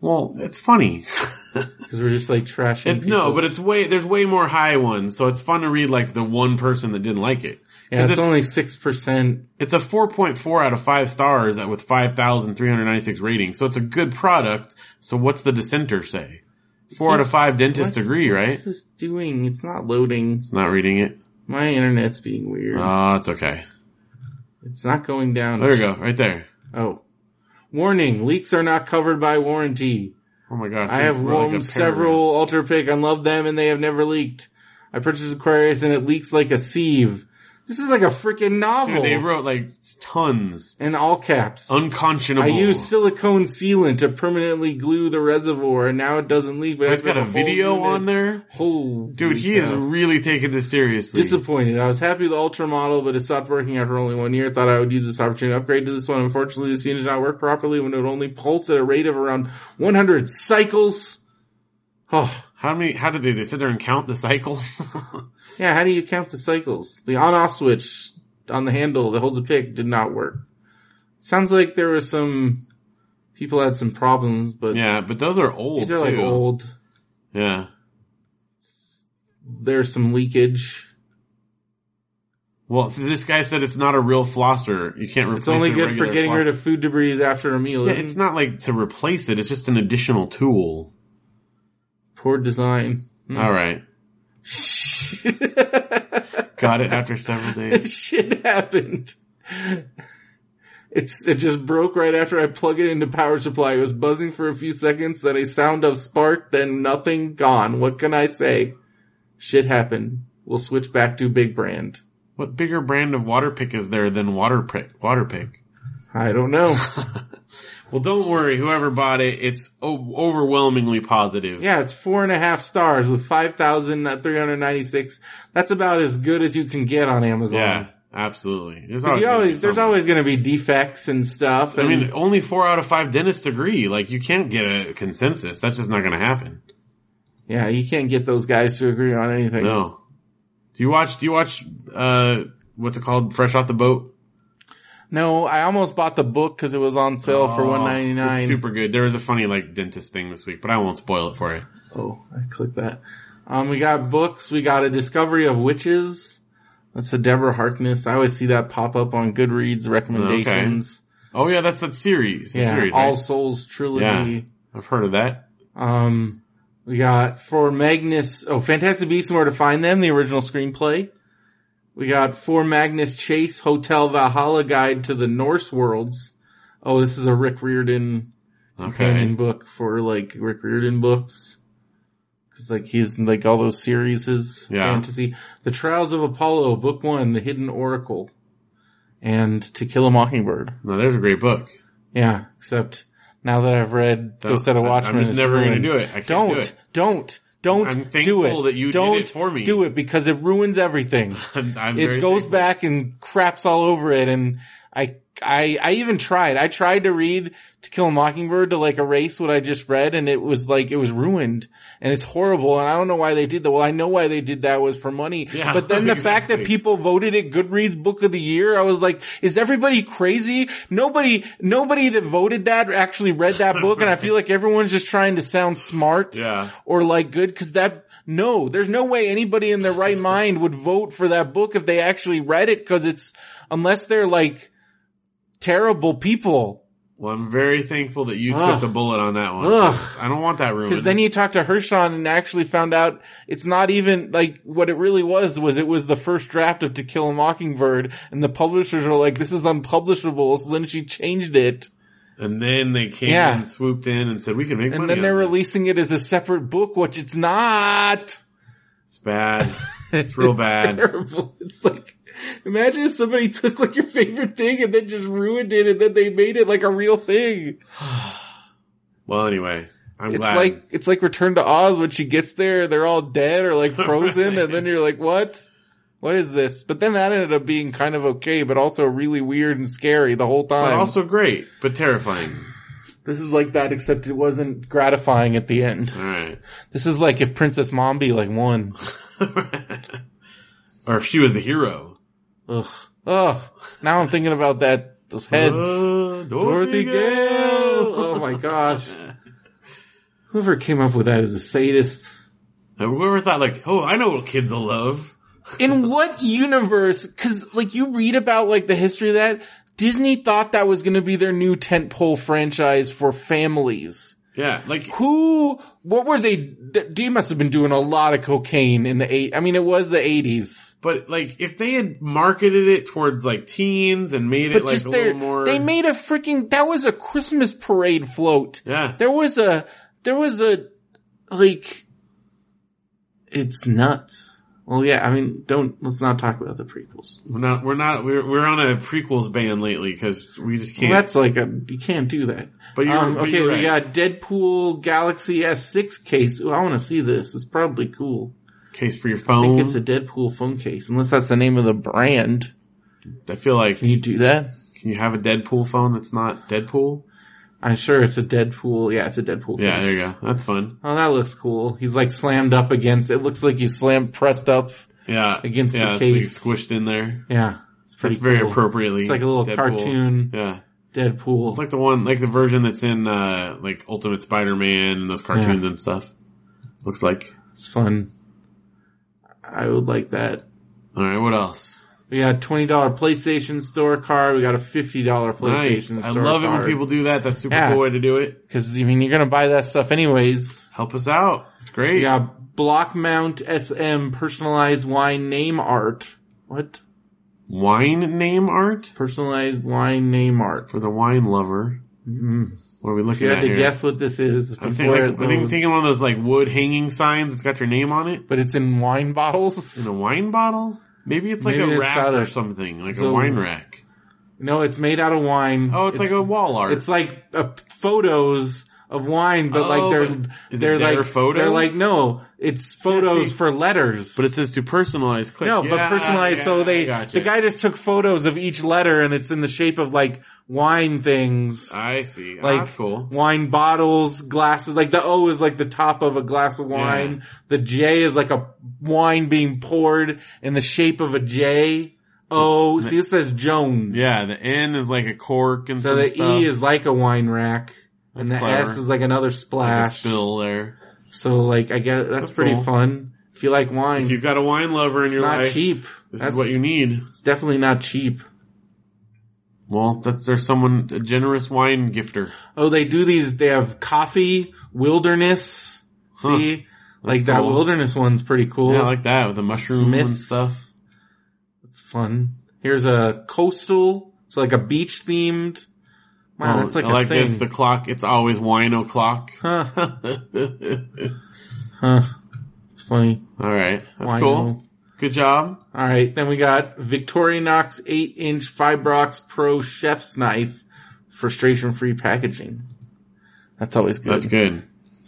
Speaker 3: Well, it's funny.
Speaker 2: because we're just like trashing.
Speaker 3: It, no,
Speaker 2: people's-
Speaker 3: but it's way, there's way more high ones, so it's fun to read like the one person that didn't like it.
Speaker 2: yeah,
Speaker 3: 'cause
Speaker 2: it's,
Speaker 3: it's-
Speaker 2: only six percent.
Speaker 3: It's a 4.4 out of 5 stars at- with 5,396 ratings, so it's a good product. So what's the dissenter say? 4 out of 5 dentists agree, right?
Speaker 2: What's this doing? It's not loading.
Speaker 3: Not reading it.
Speaker 2: My internet's being weird.
Speaker 3: Oh, it's okay.
Speaker 2: it's not going down.
Speaker 3: There we go, right there.
Speaker 2: Oh. Warning, leaks are not covered by warranty.
Speaker 3: Oh my gosh.
Speaker 2: I have
Speaker 3: we're like a
Speaker 2: warmed
Speaker 3: paragraph.
Speaker 2: several Ultra Pick and love them and they have never leaked. I purchased Aquarius and it leaks like a sieve. This is like a freaking novel.
Speaker 3: Dude, they wrote like tons.
Speaker 2: in all caps. I
Speaker 3: Unconscionable.
Speaker 2: used silicone sealant to permanently glue the reservoir and now it doesn't leak, but
Speaker 3: He's
Speaker 2: it's
Speaker 3: got a video on there.
Speaker 2: Oh,
Speaker 3: Dude, he is really taking this seriously.
Speaker 2: Disappointed. I was happy with the Ultra model, but it stopped working after only one year. Thought I would use this opportunity to upgrade to this one. Unfortunately, this unit did not work properly when it would only pulse at a rate of around 100 cycles. Oh,
Speaker 3: how many, how did they, they sit there and count the cycles?
Speaker 2: yeah. How do you count the cycles? The on-off switch on the handle that holds the pick did not work. Sounds like there were some people had some problems, but
Speaker 3: yeah, but those are old
Speaker 2: these are like
Speaker 3: too.
Speaker 2: old.
Speaker 3: Yeah.
Speaker 2: There's some leakage.
Speaker 3: Well, this guy said it's not a real flosser. You can't replace
Speaker 2: It's only
Speaker 3: a
Speaker 2: good for
Speaker 3: regular
Speaker 2: getting
Speaker 3: flos-
Speaker 2: rid of food debris after a meal.
Speaker 3: Yeah,
Speaker 2: isn't
Speaker 3: it's
Speaker 2: it?
Speaker 3: not like to replace it. It's just an additional tool.
Speaker 2: poor design. Hmm.
Speaker 3: All right. Got it after several days.
Speaker 2: shit happened. It's, it just broke right after I plug it into power supply. It was buzzing for a few seconds, then a sound of spark, then nothing gone. What can I say? Shit happened. We'll switch back to big brand.
Speaker 3: What bigger brand of water pick is there than water pick? Water pick.
Speaker 2: I don't know.
Speaker 3: Well, don't worry. Whoever bought it, it's o- overwhelmingly positive.
Speaker 2: Yeah, it's four and a half stars with 5,396. That's about as good as you can get on Amazon.
Speaker 3: Yeah, absolutely. There's
Speaker 2: 'Cause
Speaker 3: always,
Speaker 2: you always, there's
Speaker 3: something.
Speaker 2: always going to be defects and stuff.
Speaker 3: I
Speaker 2: And
Speaker 3: mean, only four out of five dentists agree. Like, you can't get a consensus. That's just not going to happen.
Speaker 2: yeah, you can't get those guys to agree on anything.
Speaker 3: No. Do you watch? Do you watch? uh What's it called? Fresh off the boat.
Speaker 2: No, I almost bought the book because it was on sale for
Speaker 3: Oh,
Speaker 2: one ninety
Speaker 3: It's
Speaker 2: nine.
Speaker 3: super good. There was a funny like dentist thing this week, but I won't spoil it for you.
Speaker 2: oh, I clicked that. Um, we got books. We got a Discovery of Witches. That's a Deborah Harkness. I always see that pop up on Goodreads recommendations.
Speaker 3: Oh yeah, that's that series. the
Speaker 2: Yeah,
Speaker 3: series,
Speaker 2: All
Speaker 3: right?
Speaker 2: Souls trilogy.
Speaker 3: Yeah. I've heard of that.
Speaker 2: Um, we got for Magnus. Oh, Fantastic Beasts and Where to Find Them, the original screenplay. We got for Magnus Chase Hotel Valhalla Guide to the Norse Worlds. Oh, this is a Rick Riordan companion
Speaker 3: Okay.
Speaker 2: book for like Rick Riordan books. Cause like he's in, like all those series is
Speaker 3: Yeah.
Speaker 2: fantasy. The Trials of Apollo, book one, The Hidden Oracle. And To Kill a Mockingbird.
Speaker 3: No, there's a great book.
Speaker 2: Yeah, except now that I've read
Speaker 3: No,
Speaker 2: Ghost Set of
Speaker 3: I- I'm
Speaker 2: Watchmen,
Speaker 3: just
Speaker 2: it's
Speaker 3: never gonna
Speaker 2: ruined.
Speaker 3: do it. I can't
Speaker 2: don't,
Speaker 3: do it.
Speaker 2: don't, don't
Speaker 3: I'm
Speaker 2: do
Speaker 3: thankful
Speaker 2: it.
Speaker 3: that you did
Speaker 2: don't
Speaker 3: it for me.
Speaker 2: do it because it ruins everything.
Speaker 3: I'm, I'm
Speaker 2: it
Speaker 3: very
Speaker 2: goes
Speaker 3: thankful.
Speaker 2: back and craps all over it, and I, I, I even tried. I tried to read To Kill a Mockingbird to like erase what I just read, and it was like it was ruined, and it's horrible. And I don't know why they did that. Well, I know why they did that was for money.
Speaker 3: Yeah,
Speaker 2: but then the fact that
Speaker 3: exactly.
Speaker 2: people voted it Goodreads Book of the Year, I was like, is everybody crazy? Nobody, nobody that voted that actually read that book, and I feel like everyone's just trying to sound smart
Speaker 3: Yeah.
Speaker 2: or like good because that no there's no way anybody in their right mind would vote for that book if they actually read it because it's unless they're like terrible people
Speaker 3: Well, I'm very thankful that you
Speaker 2: Ugh.
Speaker 3: took the bullet on that one.
Speaker 2: Ugh.
Speaker 3: 'cause I don't want that ruined.
Speaker 2: because then you talk to Hershon and actually found out it's not even like what it really was was it was the first draft of To Kill a Mockingbird and the publishers are like this is unpublishable so then she changed it
Speaker 3: and then they came
Speaker 2: Yeah.
Speaker 3: and swooped in and said, "We can make
Speaker 2: and
Speaker 3: money."
Speaker 2: then they're
Speaker 3: on this."
Speaker 2: releasing it as a separate book which it's not.
Speaker 3: It's bad. It's real bad.
Speaker 2: terrible. It's like, imagine if somebody took like your favorite thing and then just ruined it and then they made it like a real thing.
Speaker 3: Well, anyway, I'm
Speaker 2: It's
Speaker 3: glad.
Speaker 2: like, it's like Return to Oz when she gets there, they're all dead or like frozen and then you're like, what? What is this? But then that ended up being kind of okay, but also really weird and scary the whole
Speaker 3: but
Speaker 2: time.
Speaker 3: also great, but terrifying.
Speaker 2: this is like that, except it wasn't gratifying at the end.
Speaker 3: All right.
Speaker 2: This is like if Princess Mombi like won.
Speaker 3: or if she was the hero.
Speaker 2: Ugh. Ugh. Now I'm thinking about that, those heads.
Speaker 3: Oh,
Speaker 2: Dorothy Gale. Oh my gosh. Whoever came up with that is a sadist.
Speaker 3: Whoever thought like, oh, I know what kids will love.
Speaker 2: In what universe? Cause like you read about like the history of that. Disney thought that was gonna be their new tentpole franchise for families.
Speaker 3: Yeah, like
Speaker 2: Who, what were they, they must have been doing a lot of cocaine in the eight, I mean it was the eighties.
Speaker 3: But like, if they had marketed it towards like teens and made
Speaker 2: But
Speaker 3: it like
Speaker 2: just
Speaker 3: a
Speaker 2: their,
Speaker 3: little more,
Speaker 2: they made a freaking, that was a Christmas parade float.
Speaker 3: yeah,
Speaker 2: there was a there was a like it's nuts well yeah i mean don't let's not talk about the prequels
Speaker 3: we're not, we're not, we're, we're on a prequels ban lately because we just
Speaker 2: well,
Speaker 3: can't.
Speaker 2: that's like a you can't do that
Speaker 3: but you're,
Speaker 2: um,
Speaker 3: but
Speaker 2: okay
Speaker 3: you're right.
Speaker 2: we got deadpool galaxy s6 case Ooh, i want to see this it's probably cool
Speaker 3: case for your
Speaker 2: i
Speaker 3: phone.
Speaker 2: think
Speaker 3: I,
Speaker 2: it's a deadpool phone case unless that's the name of the brand
Speaker 3: feel like
Speaker 2: can you do that
Speaker 3: can you have a Deadpool phone that's not Deadpool?
Speaker 2: i'm sure it's a deadpool yeah it's a deadpool
Speaker 3: Yeah,
Speaker 2: case.
Speaker 3: there you go. That's fun.
Speaker 2: oh that looks cool he's like slammed up against it looks like he's slammed pressed up
Speaker 3: Yeah,
Speaker 2: Against
Speaker 3: yeah,
Speaker 2: the
Speaker 3: it's,
Speaker 2: case.
Speaker 3: like squished in there.
Speaker 2: yeah it's pretty
Speaker 3: That's very
Speaker 2: cool.
Speaker 3: appropriately.
Speaker 2: It's like a little
Speaker 3: Deadpool.
Speaker 2: cartoon
Speaker 3: Yeah,
Speaker 2: Deadpool.
Speaker 3: it's like the one, like the version that's in uh like Ultimate Spider-Man and those cartoons and stuff. Looks like.
Speaker 2: it's fun. I would like that.
Speaker 3: All right, what else?
Speaker 2: We got a twenty dollar PlayStation Store card. We got a fifty dollar
Speaker 3: Nice.
Speaker 2: PlayStation
Speaker 3: I
Speaker 2: Store
Speaker 3: love it
Speaker 2: card.
Speaker 3: when people do that. That's a super
Speaker 2: Yeah.
Speaker 3: cool way to do it.
Speaker 2: because I mean you're gonna buy that stuff anyways.
Speaker 3: Help us out. It's great.
Speaker 2: We got Block Mount SM personalized wine name art. What?
Speaker 3: wine name art
Speaker 2: Personalized wine name art.
Speaker 3: for the wine lover.
Speaker 2: Mm.
Speaker 3: What are we
Speaker 2: If
Speaker 3: looking
Speaker 2: you
Speaker 3: at
Speaker 2: had to
Speaker 3: here?
Speaker 2: guess what this is
Speaker 3: I'm thinking,
Speaker 2: before
Speaker 3: like,
Speaker 2: it
Speaker 3: I think
Speaker 2: goes-
Speaker 3: thinking one of those like wood hanging signs that's got your name on it
Speaker 4: But it's in wine
Speaker 3: in
Speaker 4: bottles.
Speaker 3: a wine bottle. Maybe it's like
Speaker 2: Maybe
Speaker 3: a
Speaker 2: it's
Speaker 3: rack
Speaker 2: out
Speaker 3: or
Speaker 2: of-
Speaker 3: something, like a
Speaker 2: so-
Speaker 3: wine rack.
Speaker 2: No, it's made out of wine.
Speaker 3: Oh, it's, like a wall art.
Speaker 2: It's like uh, photos of wine, but
Speaker 3: Oh,
Speaker 2: like they're
Speaker 3: but is it
Speaker 2: they're
Speaker 3: their
Speaker 2: like
Speaker 3: photos?
Speaker 2: they're like no, it's photos
Speaker 3: see.
Speaker 2: for letters.
Speaker 3: but it says to personalize. Click.
Speaker 2: no,
Speaker 3: Yeah,
Speaker 2: but personalized. so
Speaker 3: yeah,
Speaker 2: they
Speaker 3: gotcha.
Speaker 2: the guy just took photos of each letter, and it's in the shape of like wine things,
Speaker 3: I see. Like,
Speaker 2: Like-
Speaker 3: Ah, that's cool.
Speaker 2: wine bottles, glasses. Like the O is like the top of a glass of wine. The J is like a wine being poured in the shape of a J. O. See, it says Jones.
Speaker 3: Yeah, the N is like a cork and
Speaker 2: So
Speaker 3: some
Speaker 2: the
Speaker 3: stuff.
Speaker 2: E is like a wine rack, and the
Speaker 3: That's clever.
Speaker 2: S is like another
Speaker 3: like a
Speaker 2: splash.
Speaker 3: spill there.
Speaker 2: So like, I guess that's,
Speaker 3: That's
Speaker 2: pretty
Speaker 3: cool.
Speaker 2: fun. If you like wine,
Speaker 3: If you've got a wine lover in
Speaker 2: it's
Speaker 3: your
Speaker 2: not
Speaker 3: life,
Speaker 2: cheap.
Speaker 3: this
Speaker 2: That's
Speaker 3: is what you need.
Speaker 2: It's definitely not cheap.
Speaker 3: Well, that's there's someone a generous wine gifter.
Speaker 2: Oh, they do these. They have coffee wilderness.
Speaker 3: Huh.
Speaker 2: See, like that
Speaker 3: cool.
Speaker 2: wilderness one's pretty cool.
Speaker 3: Yeah, I like that with the mushroom
Speaker 2: Smith.
Speaker 3: and stuff.
Speaker 2: it's fun. Here's a coastal, so like a beach themed. Wow, that's like
Speaker 3: Oh, I
Speaker 2: a
Speaker 3: like
Speaker 2: thing.
Speaker 3: this. The clock. It's always wine o'clock.
Speaker 2: huh?
Speaker 3: All
Speaker 2: Huh? It's funny.
Speaker 3: right, that's
Speaker 2: Wino.
Speaker 3: cool. Good job.
Speaker 2: All right, then we got Victorinox 8-inch Fibrox Pro Chef's Knife, frustration-free packaging. That's always good.
Speaker 3: That's good.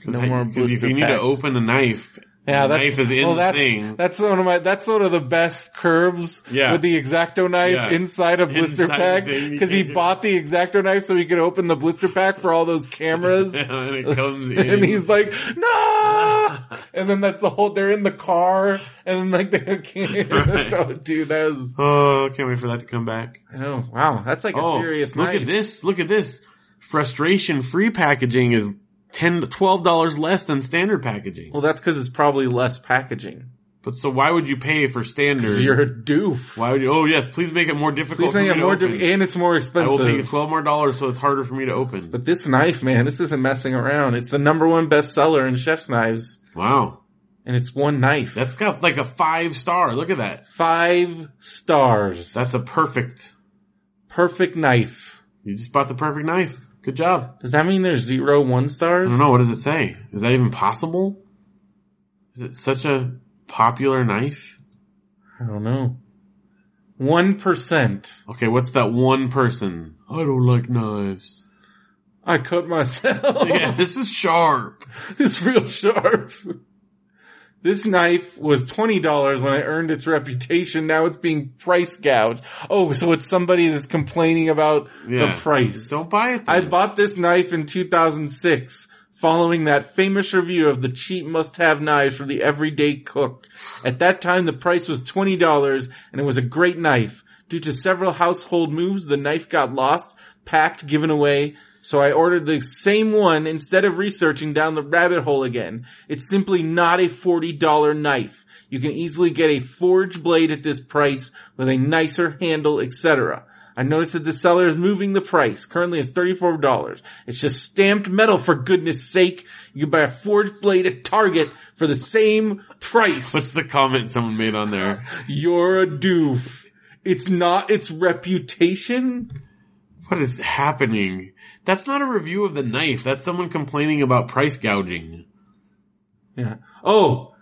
Speaker 2: No more
Speaker 3: Because if
Speaker 2: blister
Speaker 3: you need to
Speaker 2: packs.
Speaker 3: open a knife,
Speaker 4: Yeah,
Speaker 3: the
Speaker 4: that's
Speaker 3: knife is in
Speaker 4: well,
Speaker 3: the
Speaker 4: that's,
Speaker 3: thing.
Speaker 4: That's one of my. That's one of the best curves.
Speaker 3: Yeah.
Speaker 4: with the exacto knife
Speaker 3: Yeah.
Speaker 4: inside a blister
Speaker 3: Inside the
Speaker 4: pack
Speaker 3: thing you
Speaker 4: because he
Speaker 3: can-
Speaker 4: bought the exacto knife so he could open the blister pack for all those cameras.
Speaker 3: and it comes in.
Speaker 4: and he's like, no! and then that's the whole, they're in the car, and then like they can't,
Speaker 3: Right.
Speaker 4: oh dude, that was,
Speaker 3: oh, can't wait for that to come back.
Speaker 2: Oh, wow. That's like a
Speaker 3: oh,
Speaker 2: serious
Speaker 3: look
Speaker 2: knife.
Speaker 3: at this. Look at this. Frustration free packaging is 10 to $12 less than standard packaging.
Speaker 2: Well, that's because it's probably less packaging.
Speaker 3: But so why would you pay for standard?
Speaker 2: 'Cause You're a doof.
Speaker 3: why would you? Oh yes, please make it more difficult.
Speaker 2: Please make
Speaker 3: for
Speaker 2: it
Speaker 3: me
Speaker 2: more
Speaker 3: to
Speaker 2: doof,
Speaker 3: open.
Speaker 2: and it's more
Speaker 3: I will pay you
Speaker 2: expensive.
Speaker 3: twelve more dollars, so it's harder for me to open.
Speaker 2: But this knife, man, this isn't messing around. It's the number one bestseller in chef's knives,
Speaker 3: wow,
Speaker 2: and it's one knife.
Speaker 3: that's got like a five star. Look at that.
Speaker 2: Five stars.
Speaker 3: That's a perfect.
Speaker 2: perfect knife.
Speaker 3: You just bought the perfect knife. Good job.
Speaker 2: Does that mean there's zero one
Speaker 3: I
Speaker 2: stars?
Speaker 3: don't know. What does it say? Is that even possible? Is it such a popular knife?
Speaker 2: I don't know. One percent.
Speaker 3: Okay, what's that one person? I don't like knives.
Speaker 2: I cut myself.
Speaker 3: Yeah, this is sharp.
Speaker 2: it's real sharp. This knife was twenty dollars when I earned its reputation. Now it's being price gouged. Oh, so it's somebody that's complaining about
Speaker 3: Yeah.
Speaker 2: the price.
Speaker 3: Don't buy it.
Speaker 2: I
Speaker 3: then.
Speaker 2: bought this knife in 2006 following that famous review of the cheap must-have knives for the everyday cook. At that time, the price was $20 and it was a great knife. Due to several household moves, the knife got lost, packed, given away. So I ordered the same one instead of researching down the rabbit hole again. It's simply not a $40 knife. You can easily get a forge blade at this price with a nicer handle, etc. I noticed that the seller is moving the price. Currently it's $34. It's just stamped metal for goodness sake. You can buy a forged blade at Target for the same
Speaker 3: What's
Speaker 2: price.
Speaker 3: the comment someone made on there?
Speaker 2: You're a doof. It's not its reputation.
Speaker 3: What is happening? That's not a review of the knife. That's someone complaining about price gouging.
Speaker 2: Yeah. Oh.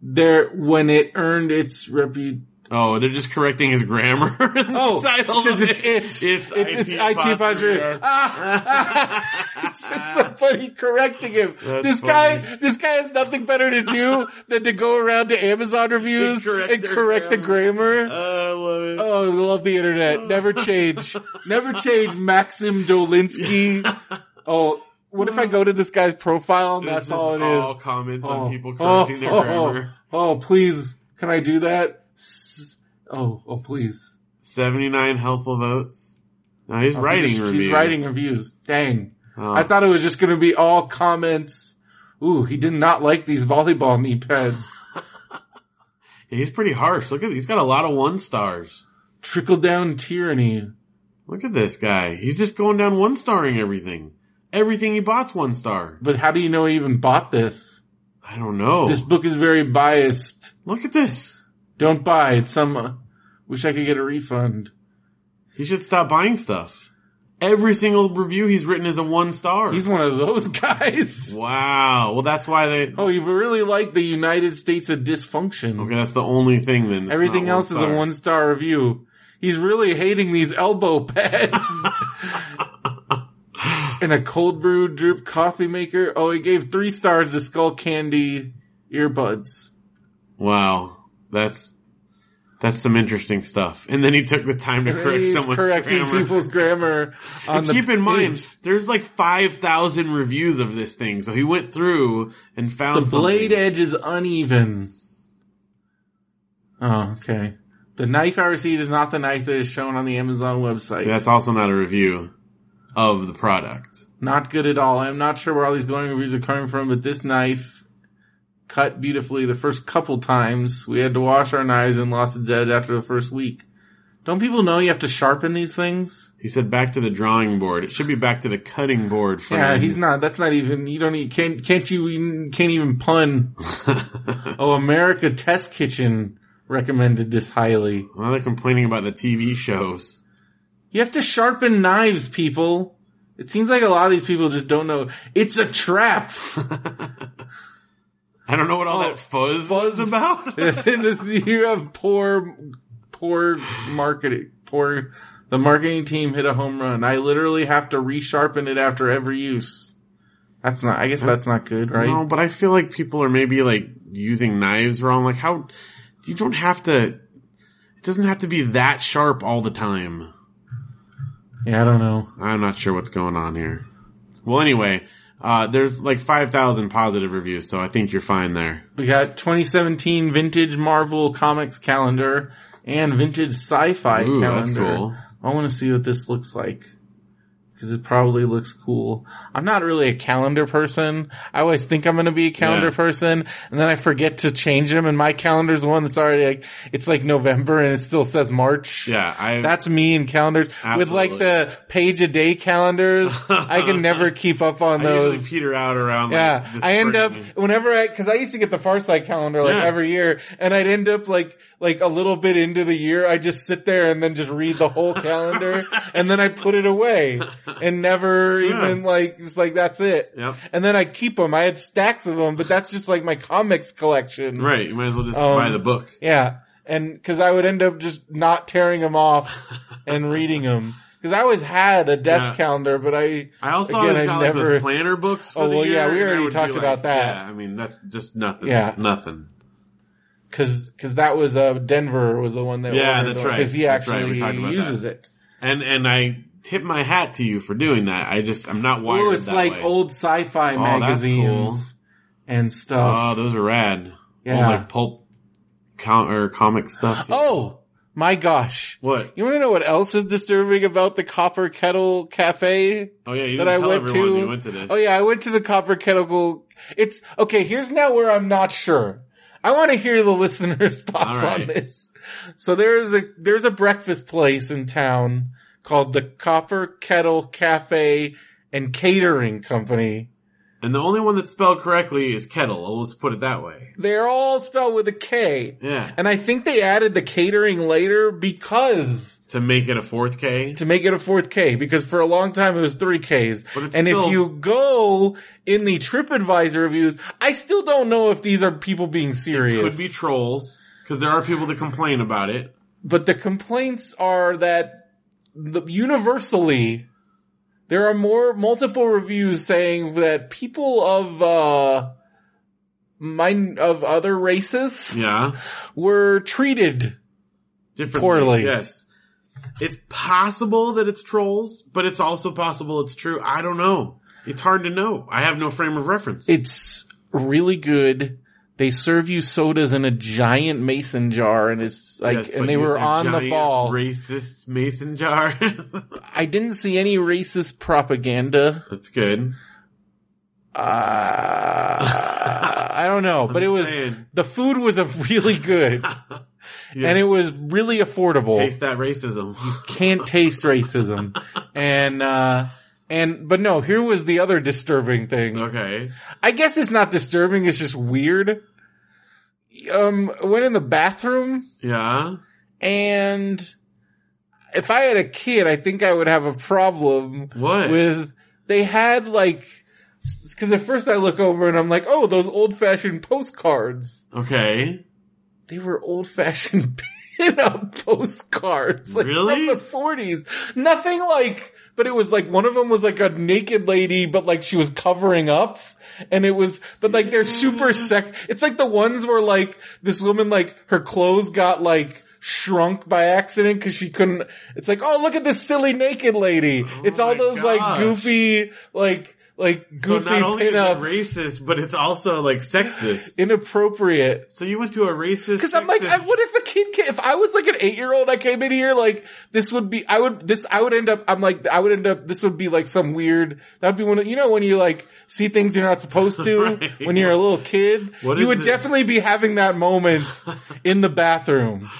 Speaker 2: There, when it earned its reputation.
Speaker 3: Oh, they're just correcting his grammar.
Speaker 2: Oh,
Speaker 3: Title
Speaker 2: because
Speaker 3: of
Speaker 2: it's
Speaker 3: it.
Speaker 2: it's
Speaker 3: it's
Speaker 2: it's IT
Speaker 3: Foster.
Speaker 2: Foster. Ah, it's just somebody correcting him.
Speaker 3: That's
Speaker 2: this guy, this guy has nothing better to do than to go around to Amazon reviews
Speaker 3: And
Speaker 2: and
Speaker 3: correct
Speaker 2: correct,
Speaker 3: their
Speaker 2: the grammar.
Speaker 3: I love it.
Speaker 2: Oh, I love the internet. Never change. Never change. Maxim Dolinsky. Oh, what if I go to this guy's profile and
Speaker 3: This
Speaker 2: that's
Speaker 3: is
Speaker 2: all it
Speaker 3: all
Speaker 2: is?
Speaker 3: comments
Speaker 2: Oh,
Speaker 3: on people correcting their
Speaker 2: oh,
Speaker 3: grammar.
Speaker 2: Oh, oh, please, can I do that? S- Oh, oh, please.
Speaker 3: Seventy-nine helpful votes. No, he's
Speaker 2: Oh,
Speaker 3: writing
Speaker 2: he's, just-
Speaker 3: reviews.
Speaker 2: He's writing reviews. Dang.
Speaker 3: Oh.
Speaker 2: I thought it was just going to be all comments. Ooh, he did not like these volleyball knee pads.
Speaker 3: Yeah, he's pretty harsh. Look at he's got a lot of one stars.
Speaker 2: Trickle down tyranny.
Speaker 3: Look at this guy. He's just going down one starring everything. Everything he bought's one star.
Speaker 2: But how do you know he even bought this?
Speaker 3: I don't know.
Speaker 2: This book is very biased.
Speaker 3: Look at this.
Speaker 2: Don't buy. It's some, uh, Wish I could get a refund.
Speaker 3: He should stop buying stuff. Every single review he's written is a one star.
Speaker 2: He's one of those guys.
Speaker 3: wow. Well, that's why they.
Speaker 2: Oh, you really like the United States of Dysfunction.
Speaker 3: Okay, that's the only thing then. that's
Speaker 2: Everything
Speaker 3: not
Speaker 2: else is a
Speaker 3: star.
Speaker 2: one star review. He's really hating these elbow pads. and a cold brew droop coffee maker. Oh, he gave three stars to Skull Candy earbuds.
Speaker 3: Wow, that's that's some interesting stuff. And then he took the time to correct
Speaker 2: He's
Speaker 3: someone's
Speaker 2: correcting
Speaker 3: grammar.
Speaker 2: people's grammar on
Speaker 3: and
Speaker 2: the
Speaker 3: keep in mind,
Speaker 2: page.
Speaker 3: there's like five thousand reviews of this thing, so he went through and
Speaker 2: the
Speaker 3: found
Speaker 2: blade
Speaker 3: something.
Speaker 2: edge is uneven. Oh, okay. The knife I received is not the knife that is shown on the Amazon website.
Speaker 3: That's also not a review of the product.
Speaker 2: Not good at all. I'm not sure where all these glowing reviews are coming from, but this knife cut beautifully the first couple times. We had to wash our knives and lost a dead after the first week. Don't people know you have to sharpen these things?
Speaker 3: He said back to the drawing board. It should be back to the cutting board for
Speaker 2: Yeah,
Speaker 3: him.
Speaker 2: he's not. That's not even. You don't. You can't. Can't you? you Can't even pun. oh, America Test Kitchen recommended this highly.
Speaker 3: Well, they're complaining about the TV shows.
Speaker 2: You have to sharpen knives, people. It seems like a lot of these people just don't know. It's a trap.
Speaker 3: I don't know what all
Speaker 2: Oh,
Speaker 3: that fuzz, was about.
Speaker 2: And this- you have poor, poor marketing. Poor, the marketing team hit a home run. I literally have to resharpen it after every use. That's not, I guess that's not good, right?
Speaker 3: No, but I feel like people are maybe like using knives wrong. Like how you don't have to. It doesn't have to be that sharp all the time.
Speaker 2: Yeah, I don't know.
Speaker 3: I'm not sure what's going on here. Well, anyway, uh, there's like 5,000 positive reviews, so I think you're fine there.
Speaker 2: We got 2017 vintage Marvel comics calendar and vintage sci-fi
Speaker 3: Ooh, that's
Speaker 2: calendar.
Speaker 3: cool.
Speaker 2: I want to see what this looks like. Cause it probably looks cool. I'm not really a calendar person. I always think I'm going to be a calendar
Speaker 3: Yeah.
Speaker 2: person and then I forget to change them and my calendar's one that's already like, it's like November and it still says March.
Speaker 3: Yeah, I
Speaker 2: That's me in calendars with like the page a day calendars. I can never keep up on
Speaker 3: I
Speaker 2: those.
Speaker 3: usually peter out around. like,
Speaker 2: Yeah,
Speaker 3: this
Speaker 2: I end up
Speaker 3: spring.
Speaker 2: whenever I because I used to get the Farsight calendar like
Speaker 3: Yeah.
Speaker 2: every year, and I'd end up like like a little bit into the year. I just sit there and then just read the whole calendar, and then I put it away and never
Speaker 3: Yeah.
Speaker 2: even like it's like that's it.
Speaker 3: Yep.
Speaker 2: And then I keep them. I had stacks of them, but that's just like my comics collection.
Speaker 3: Right, you might as well just
Speaker 2: Um,
Speaker 3: buy the book.
Speaker 2: Yeah, and because I would end up just not tearing them off and reading them because I always had a desk
Speaker 3: Yeah.
Speaker 2: calendar, but I
Speaker 3: I also
Speaker 2: again,
Speaker 3: always
Speaker 2: I
Speaker 3: got like
Speaker 2: never-
Speaker 3: those planner books. For
Speaker 2: Oh,
Speaker 3: the
Speaker 2: well, yeah,
Speaker 3: year,
Speaker 2: we
Speaker 3: and I
Speaker 2: already
Speaker 3: would do,
Speaker 2: talked
Speaker 3: like-
Speaker 2: about that.
Speaker 3: Yeah, I mean that's just nothing.
Speaker 2: Yeah.
Speaker 3: nothing.
Speaker 2: Cause, cause that was, uh, Denver was the one that,
Speaker 3: Yeah,
Speaker 2: ordered
Speaker 3: that's
Speaker 2: the-
Speaker 3: right.
Speaker 2: Cause he
Speaker 3: That's right.
Speaker 2: actually
Speaker 3: We talked about
Speaker 2: uses it.
Speaker 3: And and I tip my hat to you for doing that. I just I'm not wired.
Speaker 2: Oh, it's
Speaker 3: that
Speaker 2: like
Speaker 3: way. Oh,
Speaker 2: old sci-fi
Speaker 3: that's
Speaker 2: magazines
Speaker 3: cool.
Speaker 2: and
Speaker 3: Oh,
Speaker 2: stuff.
Speaker 3: those are rad.
Speaker 2: Yeah.
Speaker 3: Old, like pulp com- or comic stuff. too.
Speaker 2: oh my gosh.
Speaker 3: what?
Speaker 2: You want to know what else is disturbing about the Copper Kettle Cafe?
Speaker 3: Oh yeah, you
Speaker 2: That
Speaker 3: didn't
Speaker 2: I
Speaker 3: tell
Speaker 2: went
Speaker 3: everyone
Speaker 2: to-
Speaker 3: you went to this.
Speaker 2: Oh yeah, I went to the Copper Kettle. It's okay. Here's now where I'm not sure. I want to hear the listeners' thoughts
Speaker 3: All right.
Speaker 2: on this. So there's a there's a breakfast place in town called the Copper Kettle Cafe and Catering Company.
Speaker 3: And the only one that's spelled correctly is kettle. Let's put it that way.
Speaker 2: They're all spelled with a K.
Speaker 3: Yeah.
Speaker 2: And I think they added the catering later because
Speaker 3: To make it a fourth K.
Speaker 2: to make it a fourth K because for a long time it was three Ks.
Speaker 3: But it's
Speaker 2: And
Speaker 3: still-
Speaker 2: if you go in the TripAdvisor reviews, I still don't know if these are people being serious.
Speaker 3: Could be trolls because there are people that complain about it.
Speaker 2: But the complaints are that the, universally there are more multiple reviews saying that people of uh mine of other races
Speaker 3: Yeah.
Speaker 2: were treated
Speaker 3: Differently.
Speaker 2: Poorly.
Speaker 3: Yes. It's possible that it's trolls, but it's also possible it's true. I don't know. It's hard to know. I have no frame of reference.
Speaker 2: It's really good. They serve you sodas in a giant mason jar and it's like,
Speaker 3: Yes, but
Speaker 2: and they
Speaker 3: you-
Speaker 2: were
Speaker 3: they're
Speaker 2: on the
Speaker 3: giant
Speaker 2: ball.
Speaker 3: Racist mason jars.
Speaker 2: I didn't see any racist propaganda.
Speaker 3: That's good.
Speaker 2: Uh, I don't know, but it was,
Speaker 3: saying.
Speaker 2: the food was a really good
Speaker 3: Yeah.
Speaker 2: and it was really affordable.
Speaker 3: Taste that racism.
Speaker 2: Can't taste racism. and, uh, and, but no, here was the other disturbing thing.
Speaker 3: Uh. okay.
Speaker 2: I guess it's not disturbing. It's just weird. Um, went in the bathroom.
Speaker 3: Yeah.
Speaker 2: And if I had a kid, I think I would have a problem
Speaker 3: What?
Speaker 2: with they had like because at first I look over and I'm like, oh, those old fashioned postcards.
Speaker 3: Okay.
Speaker 2: They were old fashioned pin-up postcards, like
Speaker 3: Really?
Speaker 2: from the 40s. Nothing like, but it was like one of them was like a naked lady, but like she was covering up, and it was, but like they're super sex. It's like the ones where like this woman like her clothes got like. Shrunk by accident because she couldn't. It's like, oh, look at this silly naked lady. it's all
Speaker 3: Oh my
Speaker 2: those like
Speaker 3: gosh.
Speaker 2: goofy, like, like goofy
Speaker 3: So not only is it
Speaker 2: pinups,
Speaker 3: racist, but it's also like sexist.
Speaker 2: inappropriate.
Speaker 3: So you went to a racist.
Speaker 2: Because I'm like, I,
Speaker 3: sexist-
Speaker 2: what if a kid came, if I was like an eight year old, I came in here, like, this would be, I would, this, I would end up, I'm like, I would end up, this would be like some weird, that would be one of, you know, when you like see things you're not supposed to
Speaker 3: Right.
Speaker 2: when you're a little kid,
Speaker 3: What
Speaker 2: you
Speaker 3: is
Speaker 2: would
Speaker 3: this?
Speaker 2: definitely be having that moment in the bathroom.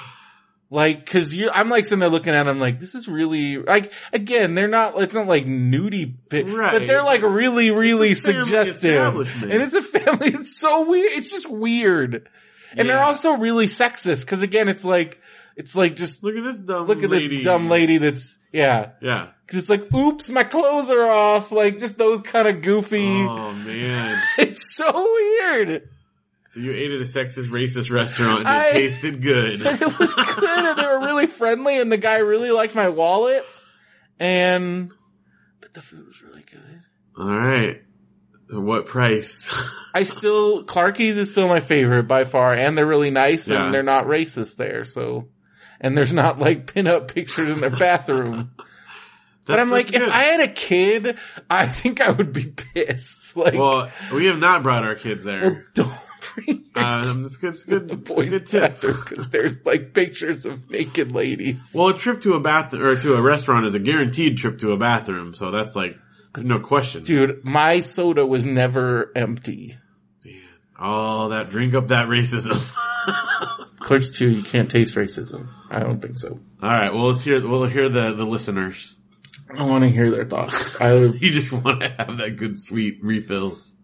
Speaker 2: Like, cause you, I'm like sitting there looking at them like, this is really, like, again, they're not, it's not like nudie, bit, but
Speaker 3: Right.
Speaker 2: they're like really, really
Speaker 3: family
Speaker 2: suggestive.
Speaker 3: establishment.
Speaker 2: And it's a family, it's so weird, it's just weird. And they're
Speaker 3: Yeah.
Speaker 2: also really sexist because again, it's like it's like just
Speaker 3: look at this dumb.
Speaker 2: look at
Speaker 3: lady.
Speaker 2: this dumb lady that's yeah.
Speaker 3: Yeah.
Speaker 2: Because it's like, oops, my clothes are off. Like just those kind of goofy.
Speaker 3: Oh man.
Speaker 2: It's so weird.
Speaker 3: So you ate at a sexist, racist restaurant and
Speaker 2: I-
Speaker 3: it tasted good.
Speaker 2: And it was good, and they were really friendly, and the guy really liked my wallet. And but the food was really good.
Speaker 3: All right. What price?
Speaker 2: I still Clarkies is still my favorite by far, and they're really nice,
Speaker 3: Yeah.
Speaker 2: and they're not racist there. So, and there's not like pinup pictures in their bathroom. But
Speaker 3: That's
Speaker 2: I'm like,
Speaker 3: pretty
Speaker 2: if
Speaker 3: good.
Speaker 2: I had a kid, I think I would be pissed. Like,
Speaker 3: Well, we have not brought our kids there.
Speaker 2: don't bring your
Speaker 3: Um, it's good. It's good.
Speaker 2: the boys
Speaker 3: good tip.
Speaker 2: because there's like pictures of naked ladies.
Speaker 3: Well, a trip to a bath or to a restaurant is a guaranteed trip to a bathroom, so that's like no question.
Speaker 2: Dude, my soda was never empty.
Speaker 3: Oh, that drink up that racism.
Speaker 2: Clerks 2, you can't taste racism. I don't think so.
Speaker 3: All right, well let's hear we'll hear the the listeners.
Speaker 2: I want to hear their thoughts. I,
Speaker 3: You just want to have that good sweet refills.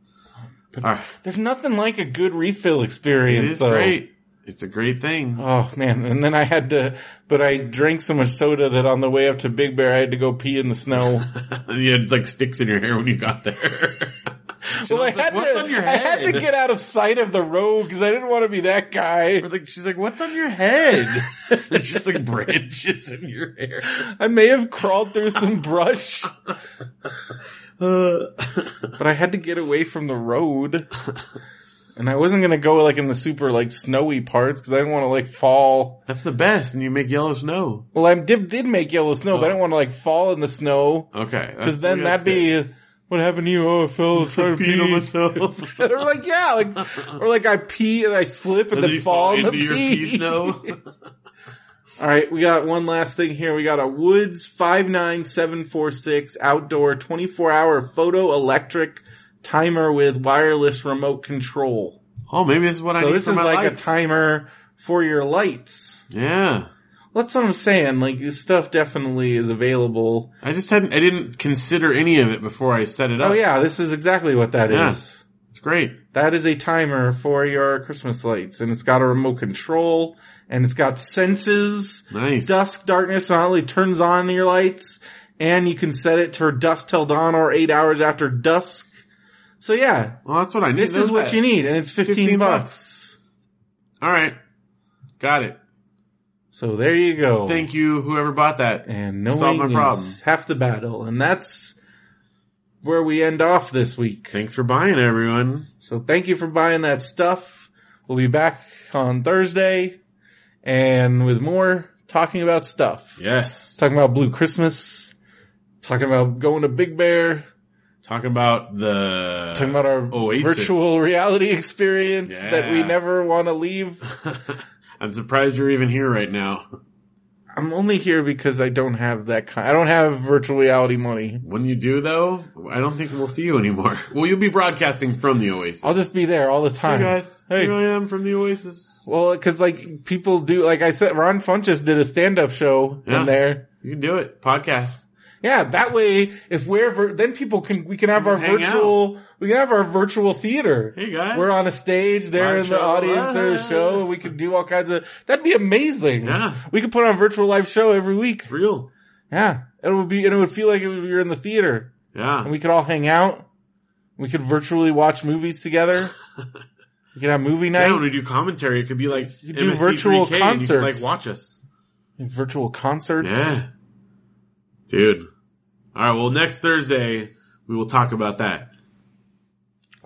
Speaker 3: All right,
Speaker 2: there's nothing like a good refill
Speaker 3: it
Speaker 2: experience
Speaker 3: is
Speaker 2: though.
Speaker 3: great. It's a great thing.
Speaker 2: Oh man. And then I had to, but I drank so much soda that on the way up to Big Bear, I had to go pee in the snow.
Speaker 3: you had like sticks in your hair when you got there.
Speaker 2: Well, I
Speaker 3: was like,
Speaker 2: had
Speaker 3: "What's
Speaker 2: to.
Speaker 3: on your
Speaker 2: I had to
Speaker 3: head?"
Speaker 2: get out of sight of the road because I didn't want to be that guy.
Speaker 3: We're like, she's like, what's on your head? There's just like branches in your hair.
Speaker 2: I may have crawled through some brush, Uh. but I had to get away from the road. And I wasn't gonna go like in the super like snowy parts because I didn't want to like fall.
Speaker 3: That's the best, and you make yellow snow.
Speaker 2: Well, I did, did make yellow snow,
Speaker 3: Oh.
Speaker 2: but I didn't want to like fall in the snow
Speaker 3: Okay,
Speaker 2: because then that'd be what happened to you. Oh, I fell trying to
Speaker 3: Peed on
Speaker 2: pee.
Speaker 3: myself.
Speaker 2: And I'm like, yeah, like, or like I pee and I slip and,
Speaker 3: And
Speaker 2: then,
Speaker 3: you
Speaker 2: fall, in the
Speaker 3: into your pee snow.
Speaker 2: All right, we got one last thing here. We got a Woods 59746 outdoor 24 hour photo electric timer with wireless remote control.
Speaker 3: oh, maybe this is what I
Speaker 2: So
Speaker 3: need
Speaker 2: this
Speaker 3: for
Speaker 2: is
Speaker 3: my
Speaker 2: like
Speaker 3: lights.
Speaker 2: a timer for your lights.
Speaker 3: Yeah,
Speaker 2: That's what I'm saying. Like this stuff definitely is available.
Speaker 3: I just hadn't. I didn't consider any of it before I set it up.
Speaker 2: Oh yeah, this is exactly what that is.
Speaker 3: Yeah. it's great.
Speaker 2: That is a timer for your Christmas lights and it's got a remote control and it's got senses.
Speaker 3: Nice.
Speaker 2: dusk darkness not only turns on your lights and you can set it to dusk till dawn or eight hours after dusk so yeah
Speaker 3: Well, that's what I need.
Speaker 2: this is
Speaker 3: Those
Speaker 2: what
Speaker 3: are-
Speaker 2: you need and it's 15,
Speaker 3: 15
Speaker 2: bucks.
Speaker 3: All right, got it.
Speaker 2: so there you go
Speaker 3: Thank you, whoever bought that.
Speaker 2: and no
Speaker 3: Solved my
Speaker 2: one
Speaker 3: problem.
Speaker 2: is half the battle and that's where we end off this week
Speaker 3: Thanks for buying, everyone.
Speaker 2: so thank you for buying that stuff we'll be back on thursday and with more talking about stuff
Speaker 3: Yes.
Speaker 2: talking about blue christmas talking about going to big bear
Speaker 3: Talking about the
Speaker 2: talking about our
Speaker 3: Uh, Oasis.
Speaker 2: virtual reality experience
Speaker 3: Yeah.
Speaker 2: that we never want to leave.
Speaker 3: I'm surprised you're even here right now.
Speaker 2: I'm only here because I don't have that kind. I don't have virtual reality money.
Speaker 3: When you do, though, I don't think we'll see you anymore. Well, you'll be broadcasting from the Oasis.
Speaker 2: I'll just be there all the
Speaker 3: Hey
Speaker 2: time.
Speaker 3: guys,
Speaker 2: Hey.
Speaker 3: here I am from the Oasis.
Speaker 2: Well, because like people do, like I said, Ron Funches did a stand up show
Speaker 3: Yeah.
Speaker 2: in there,
Speaker 3: You can do it. Podcast.
Speaker 2: Yeah, that way, if we're vir- then people can we can have our
Speaker 3: Hang
Speaker 2: virtual we can have our virtual theater.
Speaker 3: Hey, guys.
Speaker 2: we're on a stage, they're
Speaker 3: Live
Speaker 2: in the
Speaker 3: show.
Speaker 2: audience at a show, and we could do all kinds of that'd be amazing.
Speaker 3: Yeah.
Speaker 2: we could put on a virtual live show every week.
Speaker 3: It's real.
Speaker 2: Yeah, it would be and it would feel like it would, you're in the theater, and
Speaker 3: Yeah.
Speaker 2: we could all hang out. We could virtually watch movies together. we could have movie night,
Speaker 3: Yeah, when we do commentary, it could be like
Speaker 2: You do
Speaker 3: MST3K,
Speaker 2: virtual
Speaker 3: and You could, like
Speaker 2: concerts.
Speaker 3: watch us.
Speaker 2: virtual concerts.
Speaker 3: Yeah. Dude. All right. Well, next Thursday, we will talk about that.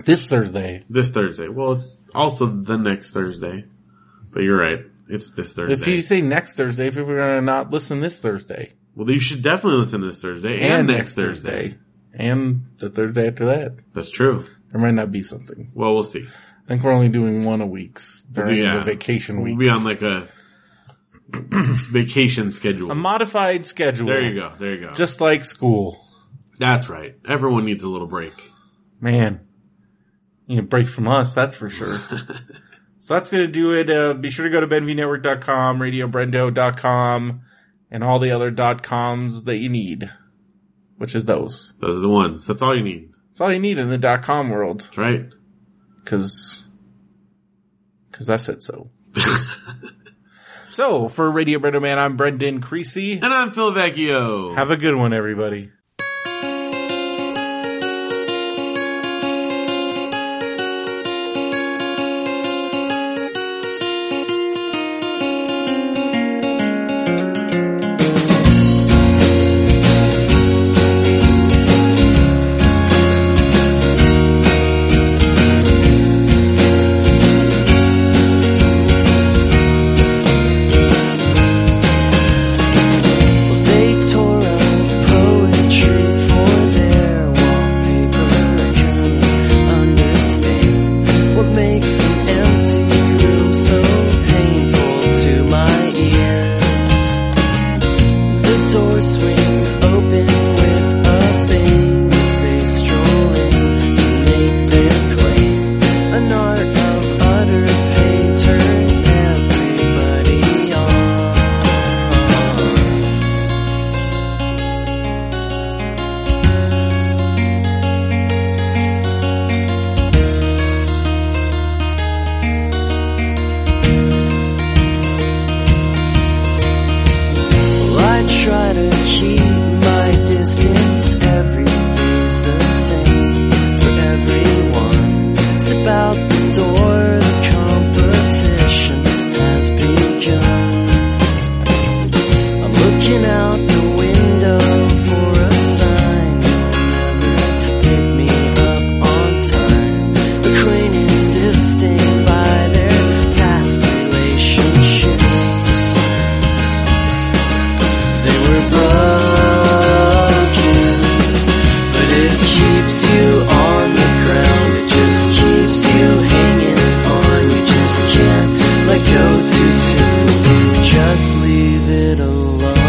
Speaker 2: This Thursday,
Speaker 3: This Thursday. Well, it's also the next Thursday, but you're right. It's this Thursday.
Speaker 2: if you say next Thursday, people are gonna not listen this Thursday.
Speaker 3: well, you should definitely listen this Thursday and, next Thursday.
Speaker 2: And the Thursday after that.
Speaker 3: That's true.
Speaker 2: There might not be something.
Speaker 3: Well, we'll see.
Speaker 2: I think we're only doing one a weeks during
Speaker 3: Yeah.
Speaker 2: the vacation weeks.
Speaker 3: We'll be on like a vacation schedule.
Speaker 2: a modified schedule.
Speaker 3: there you go. There you go.
Speaker 2: Just like school.
Speaker 3: That's right. Everyone needs a little break.
Speaker 2: Man. You need a break from us, that's for sure. so that's gonna do it. Uh, be sure to go to benvnetwork.com, radiobrendo.com, and all the other dot coms that you need. Which is those.
Speaker 3: Those are the ones. That's all you need.
Speaker 2: That's all you need in the dot com world.
Speaker 3: That's right.
Speaker 2: Cause, cause I said so. so for Radio Brendo Man, I'm Brendan Creasy.
Speaker 3: And I'm Phil Vecchio.
Speaker 2: Have a good one, everybody.
Speaker 5: Well, they tore out poetry for their wallpaper. I can't understand what makes an empty room so painful to my ears. The door swings open with a bang as they stroll in to make their claim. An art of utter pain turns everybody on. Well, I try to keep my distance. Every day's the same for everyone. Step out the door, the competition has begun. I'm looking out the window for a sign. Never pick me up on time. Acquaintance insisting by their past relationships. They were broken, but it keeps you on the ground. It just keeps you hanging on. You just can't let go too soon. Just leave it alone.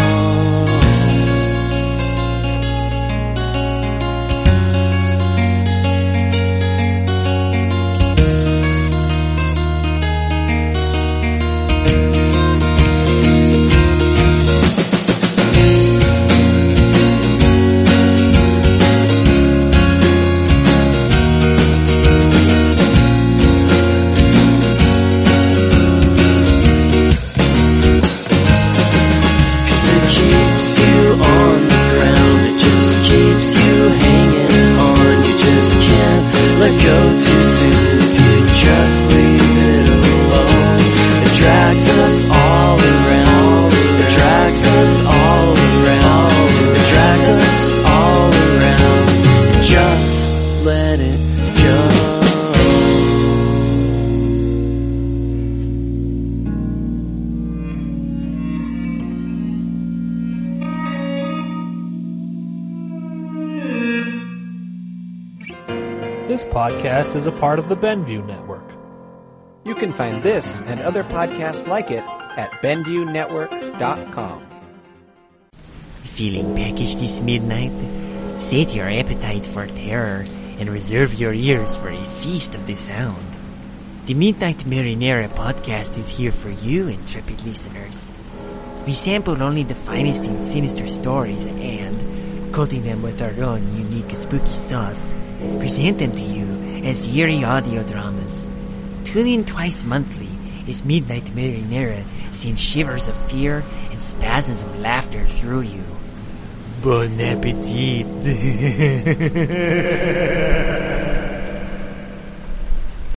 Speaker 5: It keeps you on the ground. It just keeps you hanging on. You just can't let go too soon. If you just leave it alone, it drags us all around. It drags us all around. It drags us all around. Just let it go.
Speaker 6: This podcast is a part of the Benview Network.
Speaker 7: You can find this and other podcasts like it at BenviewNetwork.com.
Speaker 8: Feeling peckish this midnight? Sate your appetite for terror and reserve your ears for a feast of the sound. The Midnight Marinera podcast is here for you, intrepid listeners. We sample only the finest in sinister stories and, coating them with our own unique spooky sauce, present them to you as eerie audio dramas. Tune in twice monthly as Midnight Marinera sends shivers of fear and spasms of laughter through you. Bon appetit!